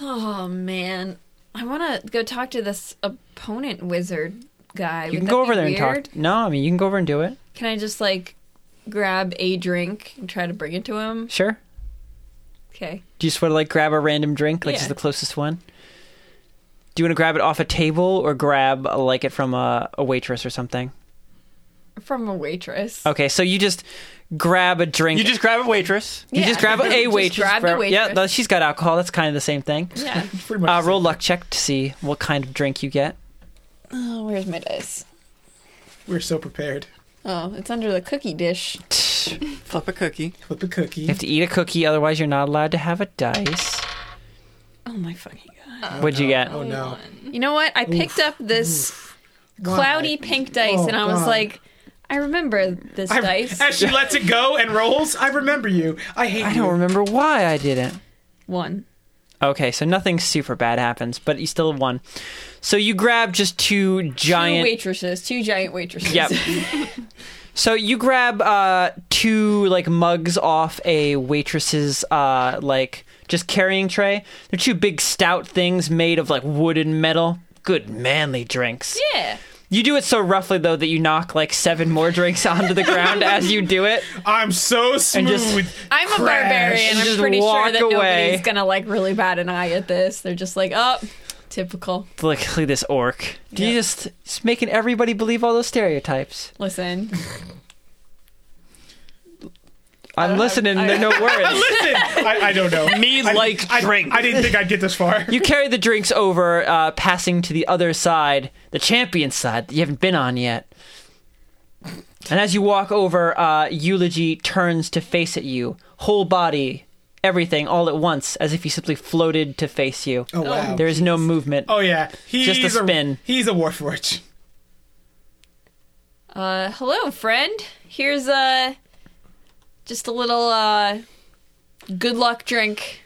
E: Oh man, I want to go talk to this opponent wizard guy.
A: You can go over there and talk. No, I mean you can go over and do it.
E: Can I just like grab a drink and try to bring it to him?
A: Sure.
E: Okay.
A: Do you just want to like grab a random drink, like just
E: Yeah.
A: the closest one? Do you want to grab it off a table or grab like it from a, a waitress or something?
E: From a waitress.
A: Okay, so you just grab a drink.
D: You just grab a waitress.
A: You
E: Yeah.
A: just grab a
E: Just
A: waitress.
E: grab the
A: for- Yeah,
E: waitress.
A: no, she's got alcohol. That's kind of the same thing.
E: Yeah.
C: Pretty much.
A: Uh,
C: the
A: roll luck check to see what kind of drink you get.
E: Oh, where's my
C: same.
E: dice?
C: We're so prepared.
E: Oh, it's under the cookie dish.
A: You
D: Flip a cookie.
C: Flip a cookie.
A: have to eat a cookie, otherwise you're not allowed to have a dice.
E: Oh my fucking
A: What'd you get?
C: Oh no.
E: god. You know what? I picked up this cloudy pink dice
C: Oh,
E: and I was
C: God.
E: like, I remember this
C: I-
E: dice.
C: As she lets it go and rolls, I remember you. I hate
A: I
C: you.
A: don't remember why I didn't.
E: One.
A: Okay, so nothing super bad happens, but you still have one. So you grab just two giant.
E: Two waitresses, two giant waitresses.
A: Yep. so you grab uh, two like mugs off a waitress's uh, like just carrying tray. They're two big stout things made of like wood and metal. Good manly drinks.
E: Yeah.
A: You do it so roughly though that you knock like seven more drinks onto the ground as you do it.
C: I'm so smooth.
A: just-
E: I'm a
C: Crash.
E: barbarian. I'm
A: Just
E: pretty
A: walk
E: sure that
A: away.
E: nobody's gonna like really bat an eye at this. They're just like, oh, typical.
A: Look, look at this orc. You just just making everybody believe all those stereotypes.
E: Listen,
A: I'm listening. There are no words.
C: Listen, I, I don't know.
D: Me
C: I-
D: like
C: I,
D: drink.
C: I didn't think I'd get this far.
A: You carry the drinks over, uh, passing to the other side, the champion side that you haven't been on yet. And as you walk over, uh, Eulogy turns to face at you, whole body, everything, all at once, as if he simply floated to face you.
C: oh wow.
A: There is no movement.
C: Oh yeah. He's
A: Just a spin.
C: he's a warforge.
E: uh, hello, friend. Here's uh, just a little uh, good luck drink,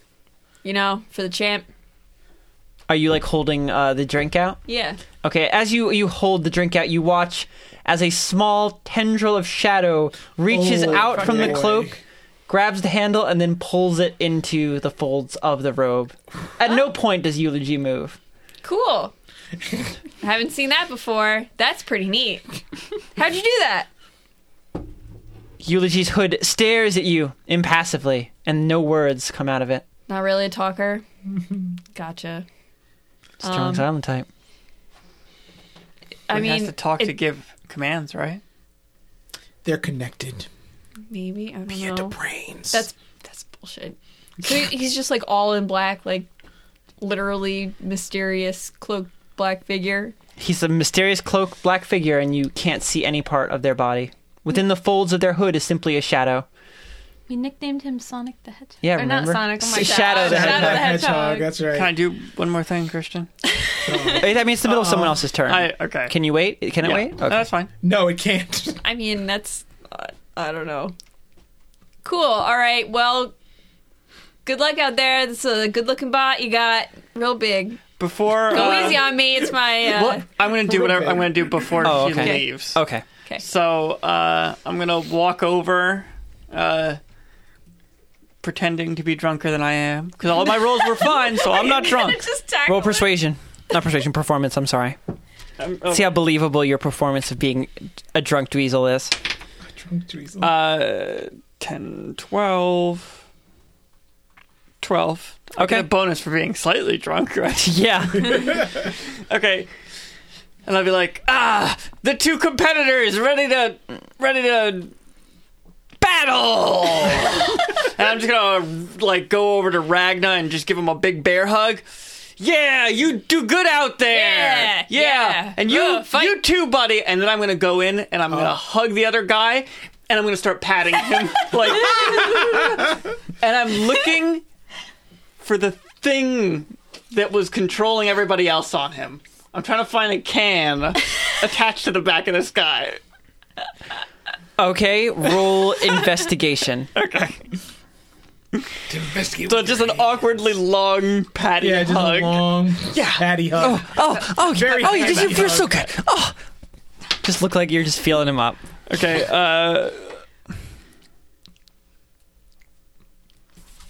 E: you know, for the champ.
A: Are you like holding uh, the drink out?
E: Yeah.
A: Okay, as you you hold the drink out, you watch as a small tendril of shadow reaches
C: Oh,
A: out from the
C: boy.
A: cloak, grabs the handle, and then pulls it into the folds of the robe. At no point does Eulogy move.
E: Cool. I haven't seen that before. That's pretty neat. How'd you do that?
A: Eulogy's hood stares at you impassively, and no words come out of it.
E: Not really a talker. Gotcha.
A: Strong
E: Um,
A: silent type.
E: I
D: He
E: mean,
D: has to talk
E: it-
D: to give commands, right?
C: They're connected
E: Maybe I don't
C: via the
E: know.
C: brains.
E: That's that's bullshit. So he- he's just like all in black, like literally mysterious cloaked black figure.
A: He's a mysterious cloak black figure, and you can't see any part of their body. Within the folds of their hood is simply a shadow.
F: We nicknamed him Sonic the Hedgehog.
A: Yeah,
F: or not
A: remember?
F: Sonic. Oh my
A: S-
F: God.
A: Shadow the
F: Shadow the Hedgehog.
C: That's
D: Can I
C: right.
D: do one more thing, Christian?
A: Wait, I mean, it's the middle of someone else's turn.
D: I, okay.
A: Can you wait? Can it
D: Yeah. Uh,
A: wait?
D: No, That's fine.
C: No, it can't.
E: I mean, that's uh, I don't know. Cool. All right. Well, good luck out there. This is a good looking bot you got. Real big.
D: Before
E: Go
D: uh,
E: easy on me. It's my. Uh,
D: what I'm gonna do whatever I'm gonna do before
A: Oh,
D: she
A: okay.
D: leaves.
A: Okay.
D: So uh, I'm gonna walk over, uh, pretending to be drunker than I am, because all of my rolls were fine, so I'm not drunk.
E: Just tackle
A: Roll
E: it.
A: persuasion. Not persuasion, performance, I'm sorry.
D: Um, oh,
A: See how believable your performance of being a drunk dweezil is.
D: uh, 10, 12, 12. I
A: Okay.
D: get a bonus for being slightly drunk, right?
A: Yeah.
D: okay. And I'll be like, ah, the two competitors ready to ready to battle. and I'm just gonna like go over to Ragna and just give him a big bear hug. Yeah, you do good out there.
E: Yeah,
D: yeah.
E: yeah.
D: And you,
E: Ugh, fight.
D: you too, buddy. And then I'm gonna go in and I'm gonna hug the other guy and I'm gonna start patting him like. and I'm looking for the thing that was controlling everybody else on him. I'm trying to find a can attached to the back of this guy.
A: Okay, roll investigation.
C: To investigate.
D: So just an awkwardly long patty
C: yeah, just
D: hug.
C: a long patty hug.
A: Oh, oh,
C: Very
A: oh, you just you
C: handy
A: feel so
C: hug.
A: good. Oh. Just look like you're just feeling him up.
D: Okay, uh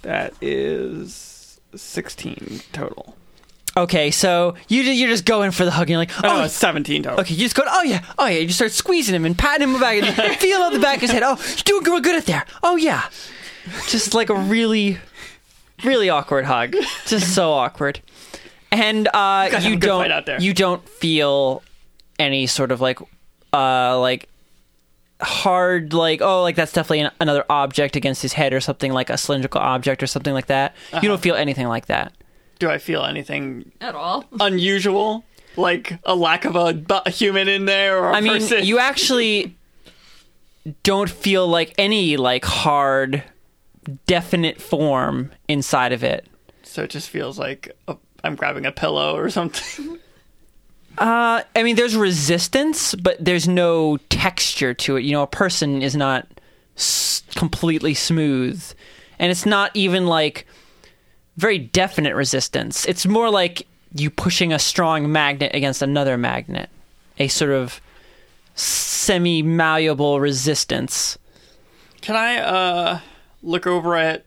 D: That is 16 total.
A: Okay, so you ju- you're just going for the hug and you're like,
D: Oh,
A: "Oh,
D: no, it's 17 total.
A: Okay, you just go, oh yeah, oh yeah. You just start squeezing him and patting him back and feeling on the back of his head. Oh, you're doing real good at there. Oh yeah. Just like a really, really awkward hug. Just so awkward. And uh,
D: gotta have
A: you
D: a good
A: don't,
D: fight out there.
A: you don't feel any sort of like, uh, like hard like oh like that's definitely an, another object against his head or something like a cylindrical object or something like that you
D: Uh-huh.
A: don't feel anything like that
D: Do I feel anything
E: at all.
D: unusual? Like a lack of a, bu- a human in there or a
A: I mean,
D: person?
A: you actually don't feel like any like hard, definite form inside of it.
D: so it just feels like a, I'm grabbing a pillow or something.
A: Uh, I mean, there's resistance, but there's no texture to it. You know, a person is not s- completely smooth, and it's not even like very definite resistance. It's more like you pushing a strong magnet against another magnet, a sort of semi malleable resistance.
D: Can I uh look over at?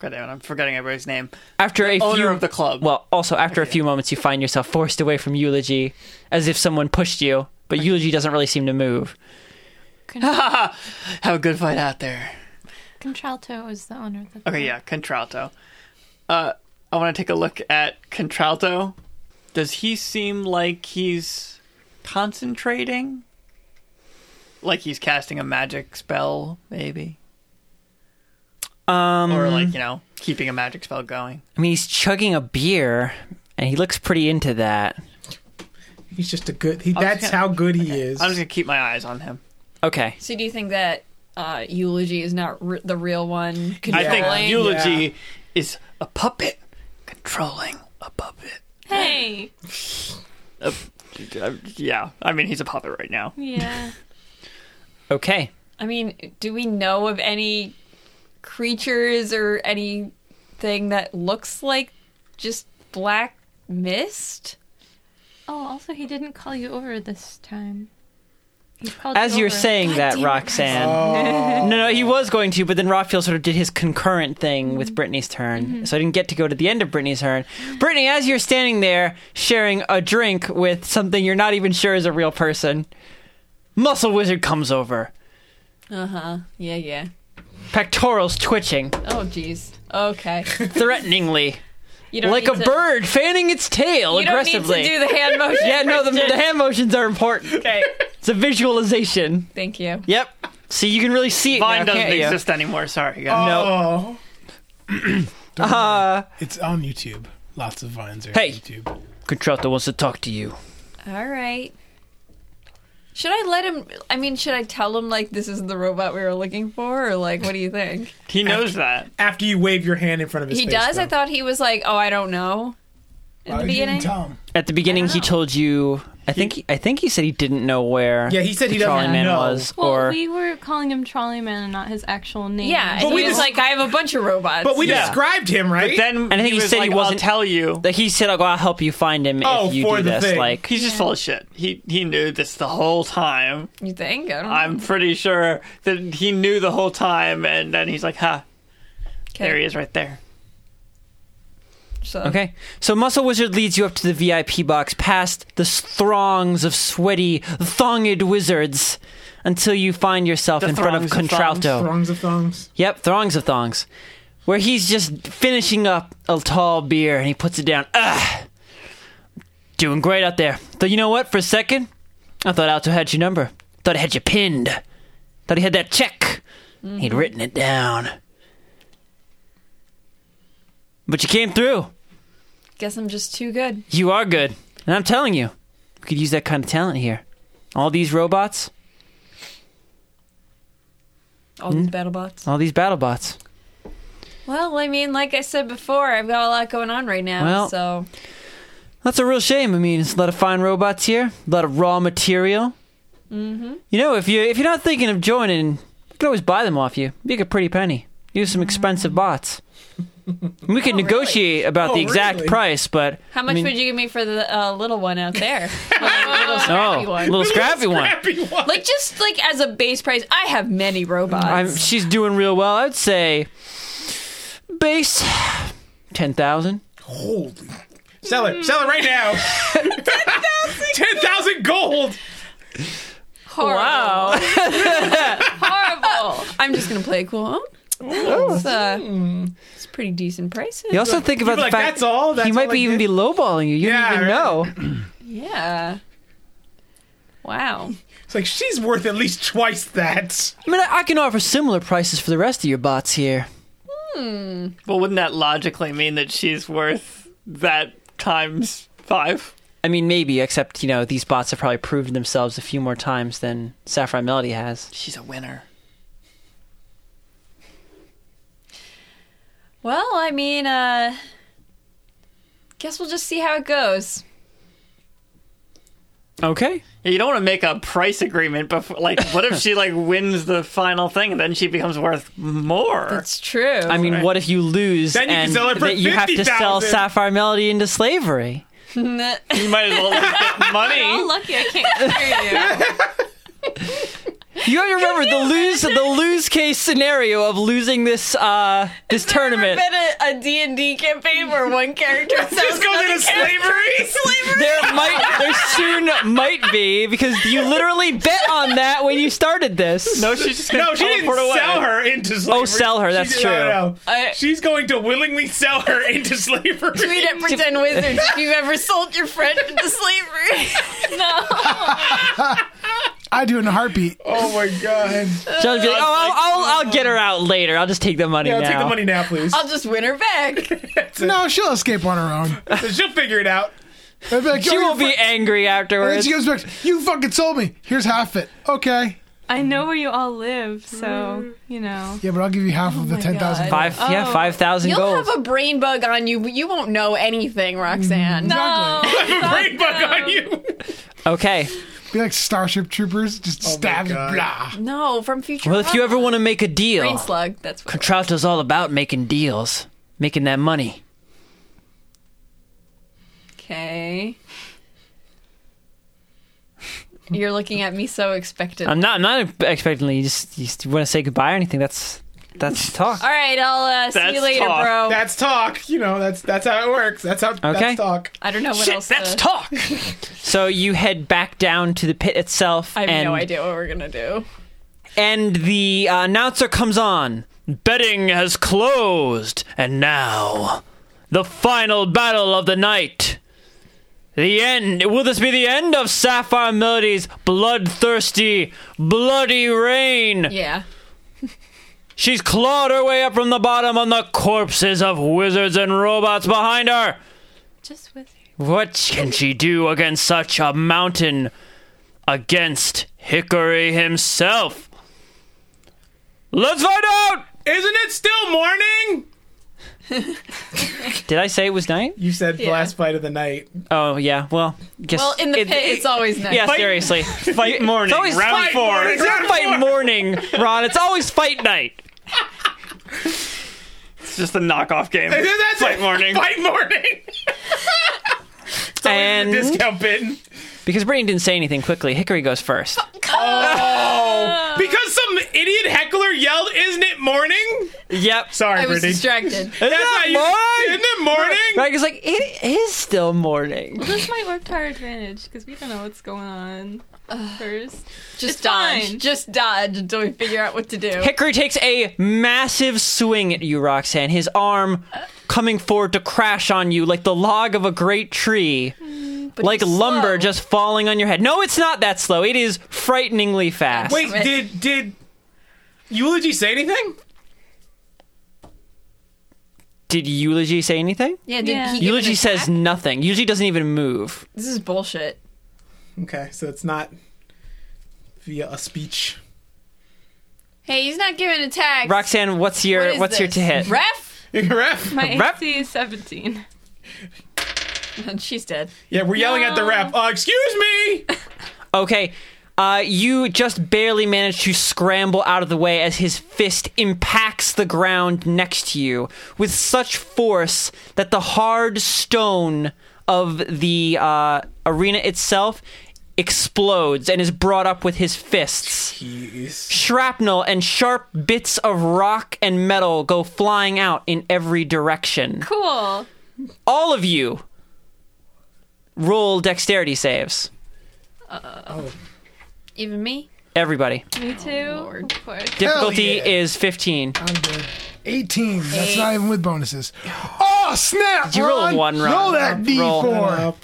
D: God damn it! I'm forgetting everybody's name.
A: After a
D: Owner
A: few
D: of the club.
A: Well, also after a few moments, you find yourself forced away from Eulogy, as if someone pushed you. But Eulogy doesn't really seem to move.
D: have a good fight out there.
F: Contralto is the owner of the
D: Okay, yeah, Contralto. Uh, I want to take a look at Contralto. Does he seem like he's concentrating? Like he's casting a magic spell, maybe,
A: Um,
D: or like you know, keeping a magic spell going.
A: I mean, he's chugging a beer, and he looks pretty into that.
C: He's just a good. He,
D: just
C: that's
D: gonna-
C: how good he is.
D: I'm just gonna keep my eyes on him.
A: Okay,
E: So do you think that uh, eulogy is not r- the real one?
D: I think
E: controlling?
D: eulogy is a puppet controlling a puppet.
F: Hey.
D: Yeah, I mean he's a puppet right now.
F: Yeah.
A: okay.
E: I mean, do we know of any creatures or anything that looks like just black mist?
F: Oh, also, he didn't call you over this time. He called
A: As
F: you
A: you're
F: over.
A: saying that, Roxanne. No, no, he was going to, but then Rothfield sort of did his concurrent thing with
E: Mm-hmm.
A: Brittany's turn, so I didn't get to go to the end of Brittany's turn. Brittany, as you're standing there sharing a drink with something you're not even sure is a real person, Muscle Wizard comes over.
E: Uh huh. Yeah, yeah.
A: pectorals twitching
E: Oh, jeez. Okay.
A: threateningly,
E: You don't
A: like
E: need
A: a
E: to-
A: bird fanning its tail
E: You don't need
A: aggressively.
E: to do the hand motion.
A: yeah, no, the, the hand motions are important.
E: Okay.
A: It's a visualization.
E: Thank you.
A: Yep. See, you can really see it
D: Vine
A: now,
D: doesn't
A: can't you?
D: exist anymore. Sorry, guys.
C: Oh,
G: It's on YouTube. Lots of vines are
A: Hey.
G: on YouTube.
A: Contralto wants to talk to you.
E: All right. Should I let him? I mean, should I tell him like this is the robot we were looking for, or like what do you think?
D: He knows that.
C: after you wave your hand in front of his
E: he
C: face.
E: does.
C: though.
E: I thought he was like, oh, I don't know. At the beginning,
G: Tom.
A: At the beginning, he
C: Oh.
E: know.
A: told you. I think he, I think he said he didn't know where.
C: Yeah, he said he
A: the trolley
C: doesn't
A: man
C: know.
A: was,
F: Well,
A: or
F: we were calling him Trolley Man and not his actual name.
E: yeah.
C: But
E: And
C: we
E: he was
C: just-
E: like, I have a bunch of robots.
C: But we
A: Yeah.
C: described him, right?
D: But then
A: I
D: he,
A: think he
D: was
A: said he
D: like,
A: wasn't-
D: I'll tell you.
A: that he said, "I'll go. I'll help you find him
C: Oh,
A: if you
C: for
A: do
C: the
A: this."
C: thing.
A: Like,
D: He's just full of shit. He he knew this the whole time.
E: you think? I don't know.
D: I'm pretty sure that he knew the whole time, and then he's like, "Ha,
E: Okay.
D: there he is, right there."
E: So.
A: Okay. So Muscle Wizard leads you up to the VIP box past the s- throngs of sweaty, thonged wizards until you find yourself
D: The
A: in front of
D: throngs of thongs.
A: Contralto.
C: Throngs of thongs.
A: Yep, throngs of thongs. Where he's just finishing up a tall beer and he puts it down. Ugh. Doing great out there. Though you know what, for a second, I thought Alto had your number. Thought he had you pinned. Thought he had that check. He'd written it down. But you came through.
E: Guess I'm just too good.
A: You are good. And I'm telling you, we could use that kind of talent here. All these robots,
E: All
A: Hmm?
E: these battle bots.
A: all these battle bots.
E: Well, I mean, like I said before, I've got a lot going on right now.
A: Well-
E: so
A: That's a real shame. I mean, it's a lot of fine robots here, a lot of raw material. Mm-hmm. You know, if you if you're not thinking of joining, you could always buy them off you. Make a pretty penny. Use some expensive bots. We could negotiate about
C: Mm-hmm. Oh,
A: the exact
C: really?
A: price, but
E: how much would you give me for the uh, little one out there? For the little
A: Oh,
E: scrappy one.
A: little scrappy one.
C: Happy one.
E: Like just like as a base price, I have many robots.
A: I'm, she's doing real well. I'd say base ten thousand.
C: Holy. Sell it. Sell it right now. 10,000 gold.
E: horrible. horrible. I'm just gonna play it cool. It's, uh, it's pretty decent prices.
A: You also think about
C: be
A: the
C: like,
A: fact
C: "That's all?
A: he
C: That's
A: might
C: all
A: be
C: I
A: even
C: did?"
A: be lowballing you. You
C: Yeah,
A: don't even
C: right.
A: know.
E: Yeah. Wow.
C: It's like she's worth at least twice that.
A: I mean, I, I can offer similar prices for the rest of your bots here.
D: Well, wouldn't that logically mean that she's worth that times five?
A: I mean, maybe, except, you know, these bots have probably proven themselves a few more times than Sapphire Melody has.
D: She's a winner.
E: Well, I mean, uh, guess we'll just see how it goes.
A: Okay.
D: You don't want to make a price agreement before. Like, what if she like wins the final thing and then she becomes worth more?
E: That's true.
A: I mean, what if you lose
C: Then you can
A: and
C: sell it for
A: that you have to sell
C: 50,000.
A: Sapphire Melody into slavery?
D: you might as well just get
F: Hmm?
D: money.
E: lucky I can't hear you.
A: You have to remember the lose the lose case scenario of losing this uh this tournament.
E: been a D and D campaign where one character
C: This goes into slavery.
A: There might there soon might be because you literally bet on that when you started this.
D: No, she's just gonna
C: No, she didn't
D: teleport away.
C: sell her into slavery.
A: sell her,
C: She
A: that's
C: did-
A: true.
C: No, no, no.
E: I-
C: She's going to willingly sell her into slavery.
E: Tweet at Pretend Wizards if you've ever sold your friend into slavery. no.
G: I do it in a heartbeat.
C: Oh my god.
A: She'll be like, oh, I'll, I'll, I'll get her out later. I'll just take the money
C: Yeah,
A: now.
C: take the money now, please.
E: I'll just win her back.
G: No, she'll escape on her own.
C: So she'll figure it out.
G: I'd be like,
A: She
G: "Yo,
A: won't
G: you
A: be
G: fu-"
A: angry
G: And then
A: afterwards.
G: she goes back. You fucking sold me. Here's half it. Okay.
F: I know where you all live,
E: Mm-hmm.
F: so you know.
G: Yeah, but I'll give you half of the
E: Oh my
G: ten thousand.
E: God.
A: Five, yeah,
F: Oh.
A: five thousand
E: You'll
A: gold.
E: have a brain bug on you, but you won't know anything, Roxanne.
C: Brain bug
E: Um,
C: on you.
A: Okay.
G: Be like Starship Troopers, just stab
C: Oh God.
G: blah.
E: No, from future.
A: Well, if you
E: Rock.
A: ever want to make a
E: brain
A: deal,
E: slug, that's what.
A: Contralto's all about making deals, making that money.
E: Okay. You're looking at me so expectant.
A: I'm not, I'm not expectantly. You just, you just want to say goodbye or anything. That's that's talk.
E: All right, I'll uh, see you
D: That's
E: later,
D: talk.
E: bro.
C: That's talk. You know, that's that's how it works. That's how
A: Okay.
C: that's talk.
E: I don't know what else.
D: That's
E: to-
D: talk.
A: So you head back down to the pit itself,
E: I have
A: and
E: no idea what we're gonna do.
A: and the uh, announcer comes on. Betting has closed, and now the final battle of the night. The end. Will this be the end of Sapphire Melody's bloodthirsty, bloody reign?
E: Yeah.
A: She's clawed her way up from the bottom on the corpses of wizards and robots behind her.
F: Just with
A: What can she do against such a mountain? Against Hickory himself? Let's find out!
C: Isn't it still morning?
A: Did I say it was night?
C: You said the
E: Yeah.
C: last fight of the night.
A: Oh, yeah. Well, guess.
E: Well, in the
A: it-
E: pit,
A: it-
E: it's always nice.
A: Yeah, seriously.
D: Fight morning,
A: always
D: round
A: fight
D: four.
A: It's not fight morning, Ron. It's always fight night.
D: It's just a knockoff game.
C: That's
D: fight
C: it.
D: morning.
C: Fight morning.
A: and
C: Discount bin.
A: because Brittany didn't say anything quickly, Hickory goes first.
E: Ah.
C: Oh, Because some idiot heckler yelled, "Isn't it morning?"
A: Yep.
C: Sorry,
E: I was
C: Brittany.
E: distracted.
C: That's
A: Isn't
C: not
A: it
C: you.
A: morning?
C: Isn't it morning?
A: Right, it's like it is still morning.
F: this might work to our advantage because we don't know what's going on first.
E: Just
F: It's
E: dodge.
F: fine.
E: Just dodge until we figure out what to do.
A: Hickory takes a massive swing at you, Roxanne. His arm coming forward to crash on you like the log of a great tree,
E: Mm, But
A: like
E: he's
A: lumber
E: slow.
A: just falling on your head. No, it's not that slow. It is frighteningly fast.
C: Wait,
E: Right.
C: did did eulogy say anything?
A: Did Eulogy say anything?
E: Yeah, did
F: Yeah.
E: he give
A: Eulogy
E: an
A: says
E: attack?
A: nothing. Eulogy doesn't even move.
E: This is bullshit.
C: Okay, so it's not via a speech.
E: Hey, he's not giving attacks.
A: Roxanne, what's your
E: What is
A: what's your
E: this?
A: to hit?
E: Ref?
C: ref.
F: My
A: Rep-
F: AC is 17.
E: She's dead.
C: Yeah, we're yelling at the ref. Uh, excuse me.
A: Okay. Uh, you just barely manage to scramble out of the way as his fist impacts the ground next to you with such force that the hard stone of the uh, arena itself explodes and is brought up with his fists. Shrapnel and sharp bits of rock and metal go flying out in every direction.
F: Cool.
A: All of you roll dexterity saves.
C: Oh.
E: Even me?
A: Everybody.
F: Me too.
E: Oh, Lord.
F: Of course.
A: Difficulty
G: yeah.
A: is 15.
E: Oh,
G: 18. That's not even with bonuses. Oh, snap!
A: you roll a one, Ron?
G: Roll that D4.
A: Roll.
C: Up.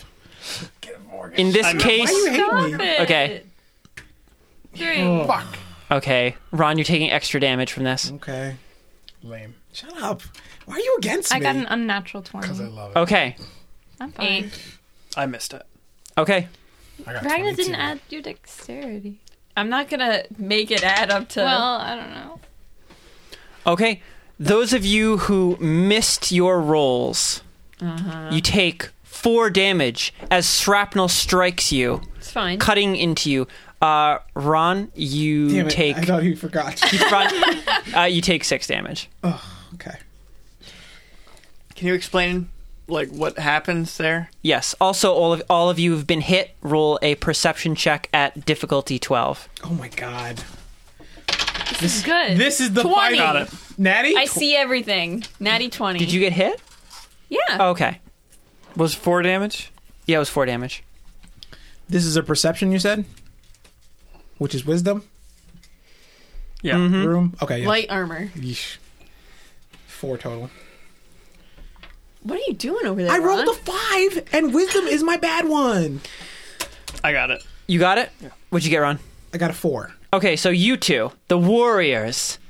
A: In this case,
F: Stop it.
A: Okay.
F: Three.
G: Fuck.
A: okay, Ron, you're taking extra damage from this.
C: Okay.
G: Lame.
C: Shut up. Why are you against
F: I
C: me?
F: got an unnatural 20.
G: Because I love it.
A: Okay,
F: I'm fine.
D: I missed it.
A: okay,
G: I got
F: Ragnar
G: 22.
F: didn't add your dexterity.
E: I'm not gonna make it add up to.
F: Well, I don't know.
A: okay. Those of you who missed your rolls,
E: Uh-huh.
A: you take four damage as shrapnel strikes you,
E: it's fine.
A: cutting into you. Uh, Ron, you
C: Damn it.
A: take
C: I thought you forgot.
A: Ron, uh, you take six damage.
C: okay.
D: Can you explain like what happens there?
A: Yes. Also, all of all of you who've been hit, roll a perception check at difficulty twelve.
C: Oh my god.
F: This is good.
C: This is the
E: 20.
C: fight.
E: Got
D: it.
C: Natty?
E: I see everything. Natty 20.
A: Did you get hit?
E: Yeah.
A: Okay.
D: Was four damage?
A: Yeah, it was four damage.
C: This is a perception you said? Which is wisdom?
D: Yeah.
C: Room? Okay, yeah.
E: Light armor.
C: Yeesh. Four total.
E: What are you doing over there?
C: I rolled
E: Ron?
C: a five, and wisdom is my bad one.
D: I got it.
A: You got it. What'd you get, Ron?
C: I got a four.
A: Okay, so you two, the warriors,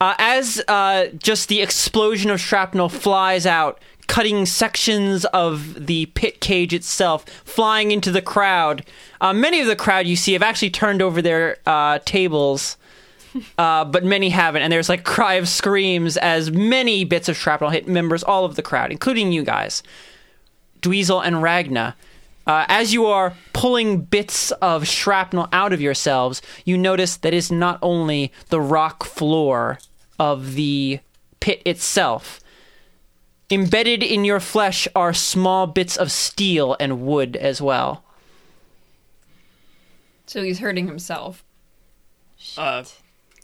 A: uh, as uh, just the explosion of shrapnel flies out, cutting sections of the pit cage itself, flying into the crowd. Uh, many of the crowd you see have actually turned over their uh, tables, uh, but many haven't. And there's like cry of screams as many bits of shrapnel hit members all of the crowd, including you guys, Dweezil and Ragna. Uh, as you are pulling bits of shrapnel out of yourselves, you notice that it's not only the rock floor of the pit itself. Embedded in your flesh are small bits of steel and wood as well.
E: So he's hurting himself.
D: Uh,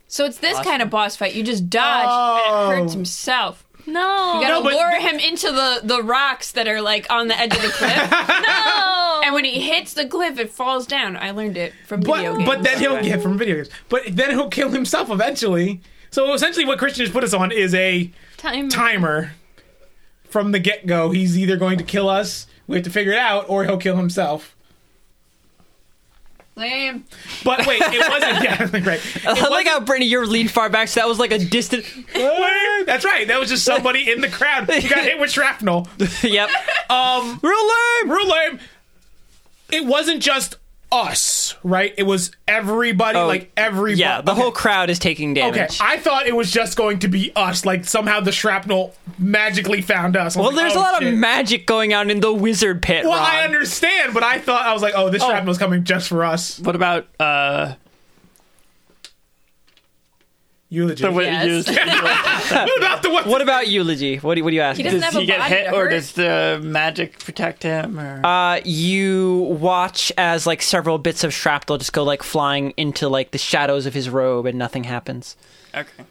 E: So it's this kind of boss fight. You just dodge and it hurts himself.
F: no.
E: You gotta
C: but
E: lure him into the, the rocks that are like on the edge of the cliff. no! And when he hits the cliff, it falls down. I learned it from video
C: But
E: games.
C: but then he'll get from video games. But then he'll kill himself eventually. So essentially, what Christian has put us on is a
F: Time.
C: timer from the get go. He's either going to kill us We have to figure it out, or he'll kill himself.
E: Lame.
C: But wait, it wasn't. Yeah, right.
A: I like how Brittany, you're leaned far back, so that was like a distant.
C: That's right. That was just somebody in the crowd who got hit with shrapnel.
A: yep. Um, real lame.
C: Real lame. It wasn't just us, right? It was everybody,
A: Oh,
C: like everybody.
A: Yeah, the whole crowd is taking
C: Okay,
A: damage.
C: I thought it was just going to be us. Like somehow the shrapnel magically found us. I was
A: Well,
C: like,
A: there's
C: oh,
A: a lot
C: shit.
A: of magic going on in the wizard pit.
C: Well,
A: Ron.
C: I understand, but I thought I was like, oh, this shrapnel's coming just for us.
D: What about uh,
C: You
D: the
C: legit.
D: way
E: Yes.
D: you used? Does
C: what about the one?
A: What about eulogy? What do, what do you ask?
E: He doesn't have
D: he
E: a
D: get
E: body
D: hit,
E: to
D: or
E: hurt.
D: does the magic protect him? Or
A: Uh, you watch as like several bits of shrapnel just go like flying into like the shadows of his robe, and nothing happens.
D: okay,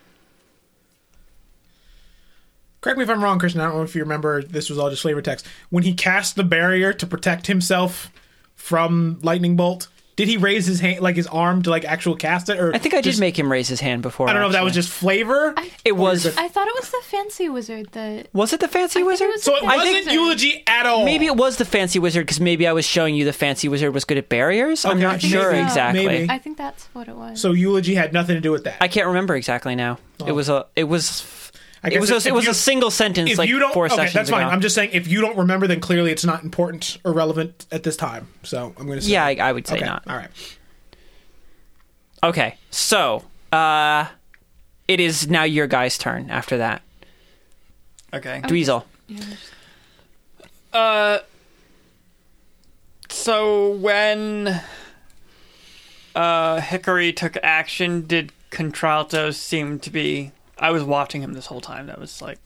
C: Correct me if I'm wrong, Christian. I don't know if you remember. This was all just flavor text. When he cast the barrier to protect himself from lightning bolt, did he raise his hand, like his arm, to like actual cast it? Or
A: I think I did
C: just,
A: make him raise his hand before.
C: I don't know if that was just flavor.
A: It was.
F: I thought it was the fancy wizard that.
A: was it the fancy
F: think it
A: wizard?
F: was-
C: so it
F: I
C: wasn't
F: think-
C: eulogy at all.
A: Maybe it was the fancy wizard because maybe I was showing you the fancy wizard was good at barriers. I'm
C: Okay,
A: not sure
C: maybe,
A: exactly.
C: maybe.
F: I think that's what it was.
C: So eulogy had nothing to do with that.
A: I can't remember exactly now. It was a. It was.
C: Oh. I
A: It was. A,
C: if-
A: it
C: if
A: was
C: you-
A: a single sentence.
C: If
A: like
C: you don't,
A: four
C: okay,
A: sessions
C: that's fine.
A: ago.
C: I'm just saying, if you don't remember, then clearly it's not important or relevant at this time. So I'm going to say,
A: Yeah, I, I would say
C: okay,
A: not.
C: All right.
A: Okay, so uh, it is now your guy's turn. After that,
D: okay.
A: Dweezil.
D: Uh, so when uh Hickory took action, did Contralto seem to be? I was watching him this whole time. That was like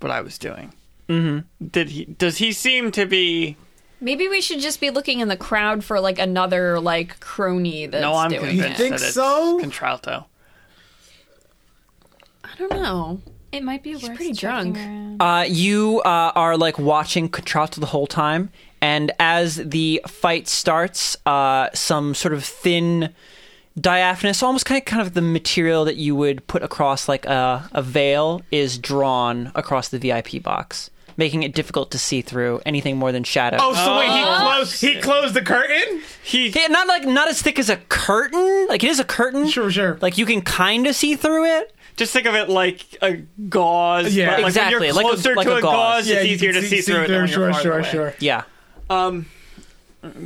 D: what I was doing. Mm-hmm. Did he? Does he seem to be?
E: Maybe we should just be looking in the crowd for like another like crony that's
D: no, I'm
E: doing
D: convinced
E: it.
C: think
D: that it's
C: so?
D: Contralto.
E: I don't know.
F: it might be worth
E: pretty
F: checking
E: drunk.
F: around.
A: Uh, you uh, are like watching Contralto the whole time, and as the fight starts, uh, some sort of thin, diaphanous, almost kind of kind of the material that you would put across like a, a veil is drawn across the VIP box, making it difficult to see through anything more than shadow.
C: Oh, so wait, he closed. He closed the curtain.
D: He
A: Yeah, not like not as thick as a curtain. Like it is a curtain.
C: Sure, sure.
A: Like you can kind of see through it.
D: just think of it like a gauze.
C: Yeah.
D: but, like, When
A: Exactly,
D: you're
A: like a-
D: closer
A: like
D: to
A: a
D: a,
A: gauze.
D: gauze,
C: Yeah,
D: it's
C: you
D: easier
C: can
D: to see, through it. than
C: through,
D: when you're
C: Sure,
D: farther
C: sure,
D: away.
C: sure.
A: Yeah.
D: Um,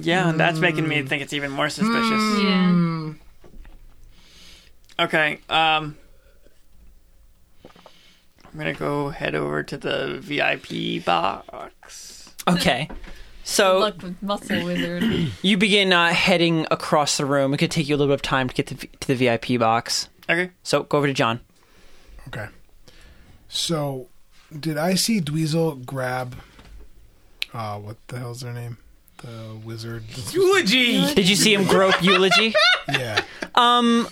D: yeah, and that's making
C: Mm.
D: me think it's even more suspicious.
F: Yeah.
D: Okay, um, I'm gonna go head over to the VIP box.
A: Okay. So
E: Look with muscle wizard.
A: you begin uh, heading across the room. It could take you a little bit of time to get to, to the VIP box.
D: Okay,
A: So go over to John.
G: Okay. So, did I see Dweezil grab? Uh, what the hell's their name? The wizard.
C: Eulogy.
A: Did you see him grope eulogy?
G: yeah.
A: I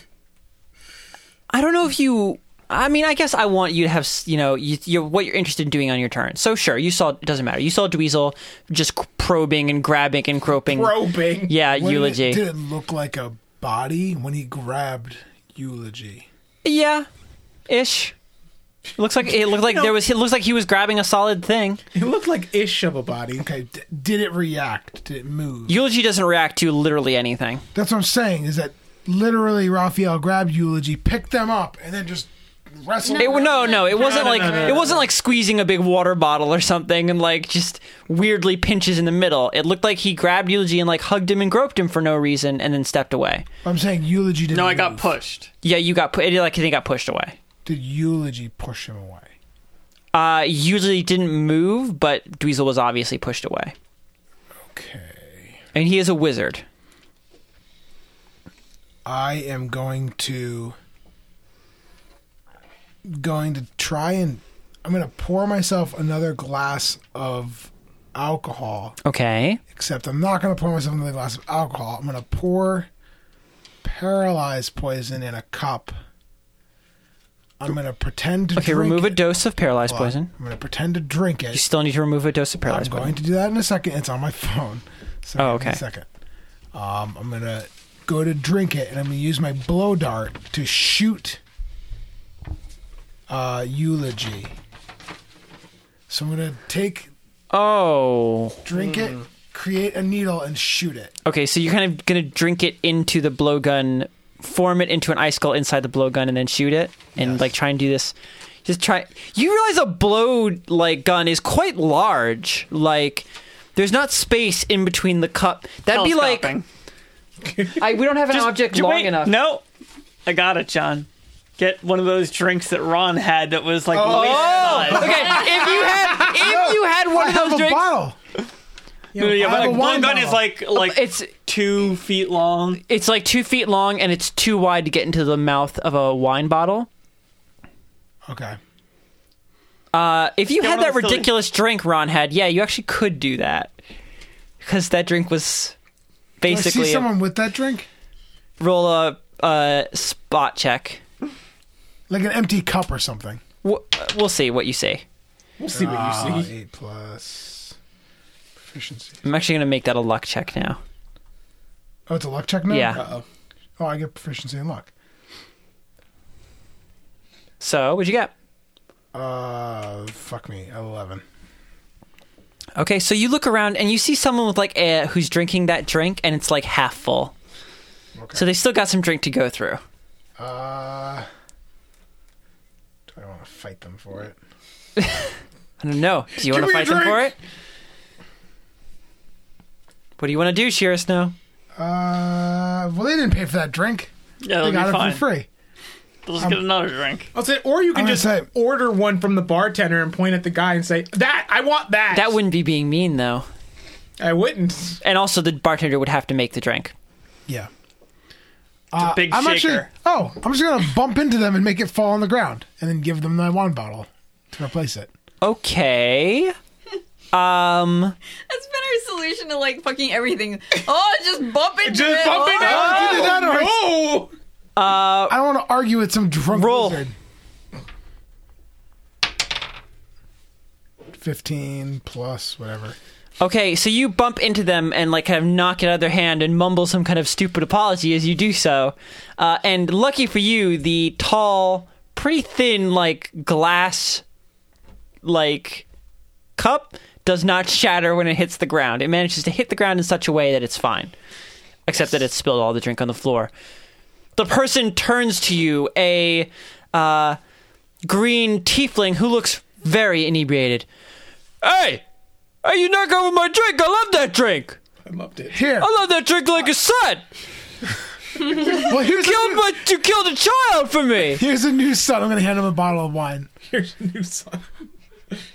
A: don't know if you. I mean, I guess I want you to have s- you know you, you're, what you're interested in doing on your turn. So sure, you saw it doesn't matter. You saw Dweezil just probing and grabbing and groping.
C: Probing.
A: Yeah,
G: What did it-
A: eulogy.
G: Did it look like a body when he grabbed eulogy?
A: Yeah, ish. Looks like it looked like there was. It looks like he was grabbing a solid thing.
C: He looked like ish of a body.
G: Okay. D- did it react? Did it move?
A: Eulogy doesn't react to literally anything.
G: That's what I'm saying. Is that literally Raphael grabbed eulogy, picked them up, and then just wrestled?
A: It, no, no, it wasn't
C: no,
A: like
C: no, no,
A: it
C: no.
A: wasn't like squeezing a big water bottle or something, and like just weirdly pinches in the middle. It looked like he grabbed Eulogy and like hugged him and groped him for no reason, and then stepped away.
G: I'm saying eulogy didn't.
D: no, I
G: move.
D: got pushed.
A: Yeah, you got put. Like he got pushed away.
G: Did eulogy push him away?
A: Uh, Eulogy didn't move, but Dweezil was obviously pushed away,
G: Okay.
A: and he is a wizard.
G: I am going to going to try and I'm going to pour myself another glass of alcohol.
A: Okay.
G: Except I'm not going to pour myself another glass of alcohol. I'm going to pour paralyzed poison in a cup. I'm going to pretend to
A: Okay.
G: drink
A: Remove a
G: it.
A: dose of paralyzed
G: Hold on.
A: poison.
G: I'm going to pretend to drink
A: You
G: it.
A: still need to remove a dose of
G: I'm
A: paralyzed poison.
G: going to do that in a second. It's on my phone. So
A: Oh,
G: give me
A: okay.
G: A second. Um, I'm gonna go to drink it, and I'm gonna use my blow dart to shoot uh, eulogy. So I'm gonna take
A: Oh.
G: Drink it, create a needle, and shoot it.
A: Okay, so you're kind of going to drink it into the blowgun, form it into an icicle inside the blowgun, and then shoot it, and like try and do this. Just try. You realize a blow like gun is quite large. Like, there's not space in between the cup. That'd be like
D: Telescoping.
A: I, we don't have an
D: Just-
A: object
D: ju-
A: long
D: wait,
A: enough.
D: No, I got it, John. Get one of those drinks that Ron had that was like.
G: Oh.
D: least
A: Oh,
D: size.
A: okay. If you had, if you had one
G: I
A: of
G: have
A: those
G: a
A: drinks,
G: bottle.
D: No, no, yeah,
G: I
D: but
G: have
D: like
G: a wine
D: one gun
G: bottle.
D: is like like
A: Oh, it's
D: two feet long.
A: it's like two feet long and it's too wide to get into the mouth of a wine bottle.
G: Okay.
A: Uh, if you
D: Yeah,
A: had
D: one
A: that
D: of those silly-
A: ridiculous drink Ron had, yeah, you actually could do that because that drink was
G: Do I see
A: basically uh, a,
G: someone with that drink?
A: roll a uh, spot check.
G: Like an empty cup or something.
A: W- We'll see what you say.
C: We'll see what
G: Ah,
C: you see.
G: eight plus proficiency.
A: I'm actually gonna make that a luck check now.
G: Oh, it's a luck check now.
A: Yeah.
G: Uh-oh. Oh, I get proficiency in luck.
A: So, what'd you get?
G: Uh, fuck me, eleven.
A: Okay, so you look around and you see someone with like a, who's drinking that drink and it's like half full.
G: Okay.
A: So they still got some drink to go through.
G: Uh, do I want to fight them for it?
A: I don't know. Do you want
G: Give
A: to
G: me a
A: fight them for
G: drink!
A: it? What do you want to do, Sheer Snow?
G: Uh, well, they didn't pay for that drink.
D: Yeah,
G: They
D: it'll
G: got
D: be
G: it
D: fine.
G: for free. Um,
D: Let's get another drink.
C: I'll say, or you can
G: I'm gonna
C: just
G: say-
C: order one from the bartender and point at the guy and say, "That I want that."
A: That wouldn't be being mean though.
C: I wouldn't.
A: And also, the bartender would have to make the drink.
G: Yeah. Uh,
D: big
G: I'm actually.
D: shaker.
G: Oh, I'm just gonna bump into them and make it fall on the ground, and then give them my wine bottle to replace it.
A: Okay. Um.
E: That's been our solution to like fucking everything. Oh, just bump into
C: Just
E: it.
C: bump it
E: Oh.
C: out.
G: Either that or I-
C: Oh,
G: I don't want to argue with some drunk
A: Uh, Roll.
G: wizard. Fifteen plus whatever.
A: Okay, so you bump into them and like kind of knock it out of their hand and mumble some kind of stupid apology as you do so. Uh, and lucky for you, the tall, pretty thin, like glass, like cup does not shatter when it hits the ground. It manages to hit the ground in such a way that it's fine, except that it spilled all the drink on the floor. The person turns to you, a uh, green tiefling who looks very inebriated. Hey, are you not going with my drink? I love that drink.
C: I loved it.
G: Here.
A: I love that drink like a son.
G: Well, here's a,
A: Killed
G: new,
A: my, you killed a child for me.
G: here's a new son. I'm gonna hand him a bottle of wine.
C: Here's a new song.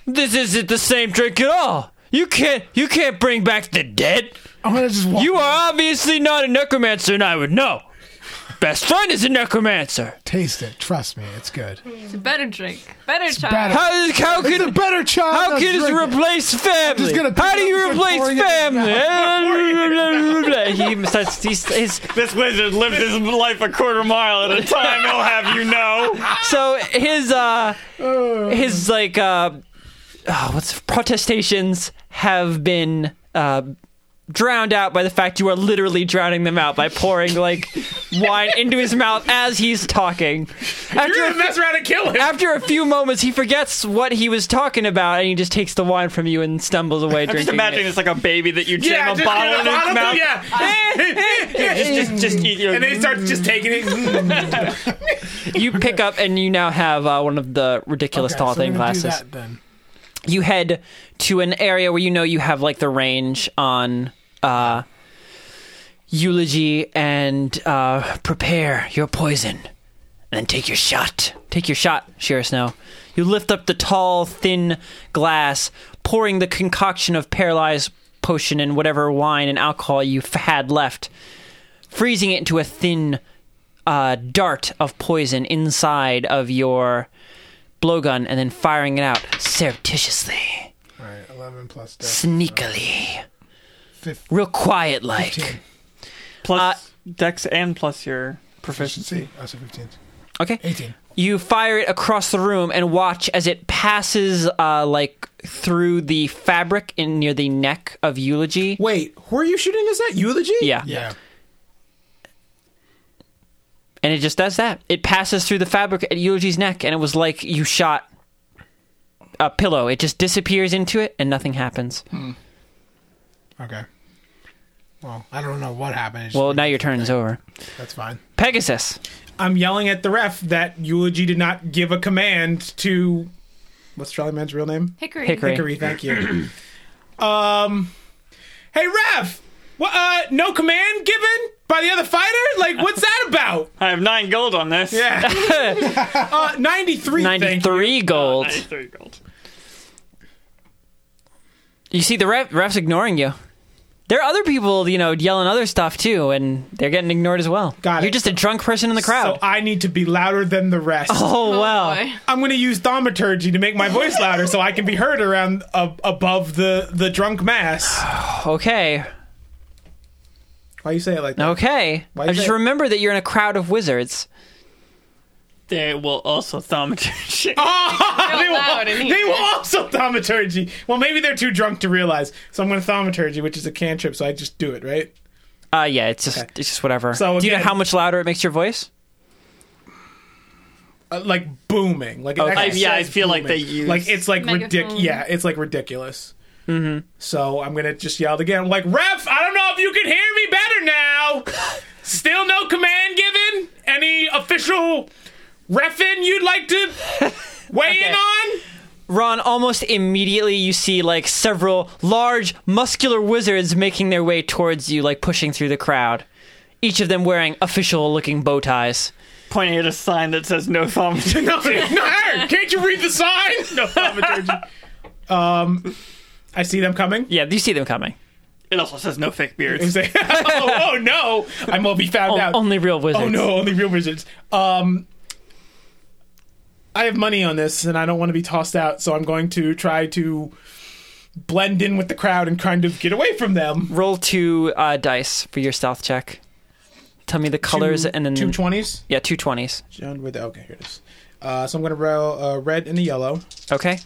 A: This isn't the same drink at all. You can't, you can't bring back the dead.
G: I'm gonna just walk.
A: You are obviously not a necromancer, and I would know. Best friend is a necromancer.
G: taste it. Trust me, it's good.
E: It's a better drink. Better child.
G: better.
A: How, how
G: It's a
A: can
G: better child.
A: how
G: that's
A: can you
G: drinking.
A: replace family?
G: gonna pick
A: How do
G: it up
A: you
G: and
A: replace
G: pouring it in his
A: family? he starts. He's, his
D: This wizard lived his life a quarter mile at a time. He'll have you know.
A: so his uh his like uh oh, what's protestations have been uh drowned out by the fact you are literally drowning them out by pouring like wine into his mouth as he's talking
C: You're
A: after
C: gonna mess around and kill him.
A: after a few moments he forgets what he was talking about and he just takes the wine from you and stumbles away
D: I'm just
A: drinking
D: imagining
A: it.
D: it's like a baby that you jam
C: Yeah,
D: a
C: just
D: bottle
C: get
D: in
C: a
D: its
C: bottle.
D: mouth.
C: Yeah.
D: Just, just, just eat your.
C: and then he starts just taking it.
A: you pick up and you now have uh, one of the ridiculous
G: Okay,
A: tall
G: so we're
A: thing
G: gonna do
A: glasses
G: that then.
A: you head to an area where you know you have like the range on uh eulogy and uh prepare your poison and then take your shot take your shot Shira snow you lift up the tall thin glass pouring the concoction of paralyzed potion and whatever wine and alcohol you f- had left freezing it into a thin uh, dart of poison inside of your blowgun and then firing it out surreptitiously,
G: All right, eleven plus death.
A: sneakily,
G: Fif-
A: real quiet like.
G: Fifteen.
D: plus dex and plus your proficiency.
G: See, also fifteen.
A: Okay.
G: Eighteen.
A: You fire it across the room and watch as it passes uh, like through the fabric in near the neck of Eulogy.
C: Wait, who are you shooting? Is that eulogy?
A: Yeah.
G: Yeah.
A: And it just does that. It passes through the fabric at Eulogy's neck and it was like you shot a pillow. It just disappears into it and nothing happens.
G: Okay. Well, I don't know what happened. It's
A: Well,
G: just-
A: now your turn is over.
G: That's fine.
A: Pegasus.
C: I'm yelling at the ref that Eulogy did not give a command to. What's Charlie Man's real name?
F: Hickory.
A: Hickory.
C: Hickory, thank you. um, hey ref, what? Uh, no command given by the other fighter? Like, what's that about?
D: I have nine gold on this.
C: Yeah. uh, ninety-three. thank you.
A: 93 gold.
D: Ninety-three gold.
A: You see, the ref, ref's ignoring you. There are other people, you know, yelling other stuff too, and they're getting ignored as well.
C: Got it.
A: You're just a drunk person in the crowd.
C: So I need to be louder than the rest.
A: oh, wow.
F: boy.
C: I'm going to use thaumaturgy to make my voice louder so I can be heard around uh, above the the drunk mass.
A: Okay.
C: Why you say it like that?
A: Okay.
C: Why
A: I
C: is
A: just
C: that-
A: remember that you're in a crowd of wizards.
D: They will also thaumaturgy.
C: Oh. they, will,
F: loud in
C: they will also thaumaturgy. Well, maybe they're too drunk to realize. So I'm going to thaumaturgy, which is a cantrip. So I just do it, right?
A: Uh, yeah, it's just
C: Okay.
A: it's just whatever.
C: So
A: Do you know
C: again-
A: how much louder it makes your voice?
C: Uh, like booming. Like it
A: Okay.
C: actually
D: I- yeah, I
C: says
D: feel like
C: booming.
D: they use
C: like it's like ridiculous.
F: megaphone.
C: Yeah, it's like ridiculous. Mm-hmm. So I'm gonna just yell it again. like ref, I don't know if you can hear me better now. Still no command given. Any official refin you'd like to weigh in
A: Okay.
C: on?
A: Ron, almost immediately you see like several large, muscular wizards making their way towards you, like pushing through the crowd. Each of them wearing official looking bow ties.
D: Pointing at a sign that says no thaumaturgy.
C: No, no, Aaron, can't you read the sign? No thaumaturgy. um, I see them coming.
A: Yeah, you see them coming.
D: It also says no fake beards.
C: Say, oh, oh, no, I will be found
A: O-
C: out.
A: only real wizards.
C: Oh no, only real wizards. Um, I have money on this, and I don't want to be tossed out, so I'm going to try to blend in with the crowd and kind of get away from them.
A: Roll two uh, dice for your stealth check. Tell me the colors
C: two,
A: and then
C: two twenties.
A: yeah, two twenties.
C: John, with okay, here it is. Uh, so I'm going to roll a red and a yellow.
A: Okay.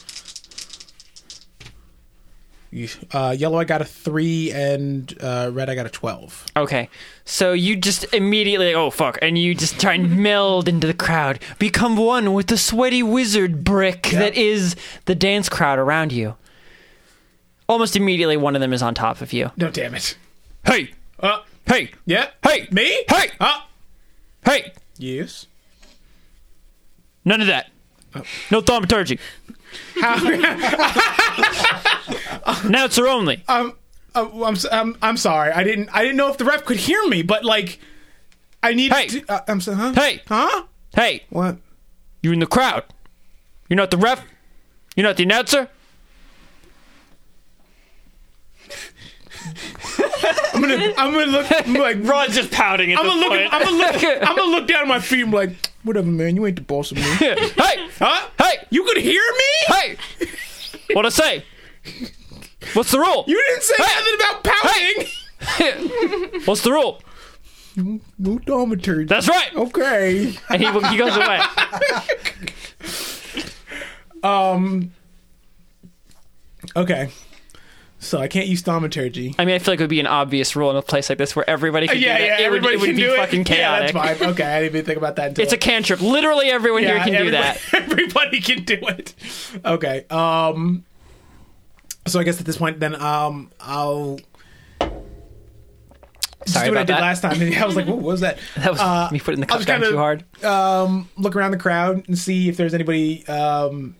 C: Uh, yellow, I got a three, and uh, red, I got a twelve.
A: Okay. So you just immediately, oh fuck, and you just try and meld into the crowd, become one with the sweaty wizard brick that is the dance crowd around you. Almost immediately, one of them is on top of you.
C: No, damn it.
A: Hey,
C: Uh,
A: hey,
C: yeah.
A: Hey!
C: me.
A: Hey!
C: Uh,
A: hey!
C: yes.
A: None of that.
C: Oh.
A: No thaumaturgy. now it's her only.
C: um, uh, I'm, s- I'm I'm sorry. I didn't I didn't know if the ref could hear me, but like, I need.
A: Hey.
C: To, uh, I'm so huh?
A: Hey.
C: huh?
A: Hey,
C: What?
A: you're in the crowd. You're not the ref. You're not the announcer.
C: I'm gonna I'm gonna look I'm like
D: Ron's just pouting at
C: I'm
D: this
C: gonna look
D: point.
C: I'm gonna look I'm gonna look down at my feet. and be like, whatever, man. You ain't the boss of me.
A: hey, hey,
C: Huh? You could hear me?
A: hey. What I say? What's the rule?
C: You didn't say
A: Hey.
C: nothing about pouting.
A: What's the rule?
C: No thaumaturgy.
A: That's right.
C: okay.
A: And he, he goes away.
C: Okay. So I can't use thaumaturgy.
A: I mean, I feel like it would be an obvious rule in a place like this where everybody could
C: Yeah,
A: do
C: yeah.
A: that. it would,
C: everybody
A: it would
C: can
A: be
C: do
A: fucking
C: it.
A: chaotic.
C: Yeah, that's fine. Okay, I didn't even think about that. Until
A: it's a cantrip. Literally everyone here can do
C: everybody,
A: that.
C: Everybody can do it. Okay. Um so I guess at this point then um I'll just
A: Sorry
C: do what I
A: about
C: did
A: that.
C: last time. And I was like, what was that?
A: That was
C: Uh,
A: me putting the
C: I
A: cup
C: was
A: down
C: kinda-
A: too hard.
C: Um look around the crowd and see if there's anybody um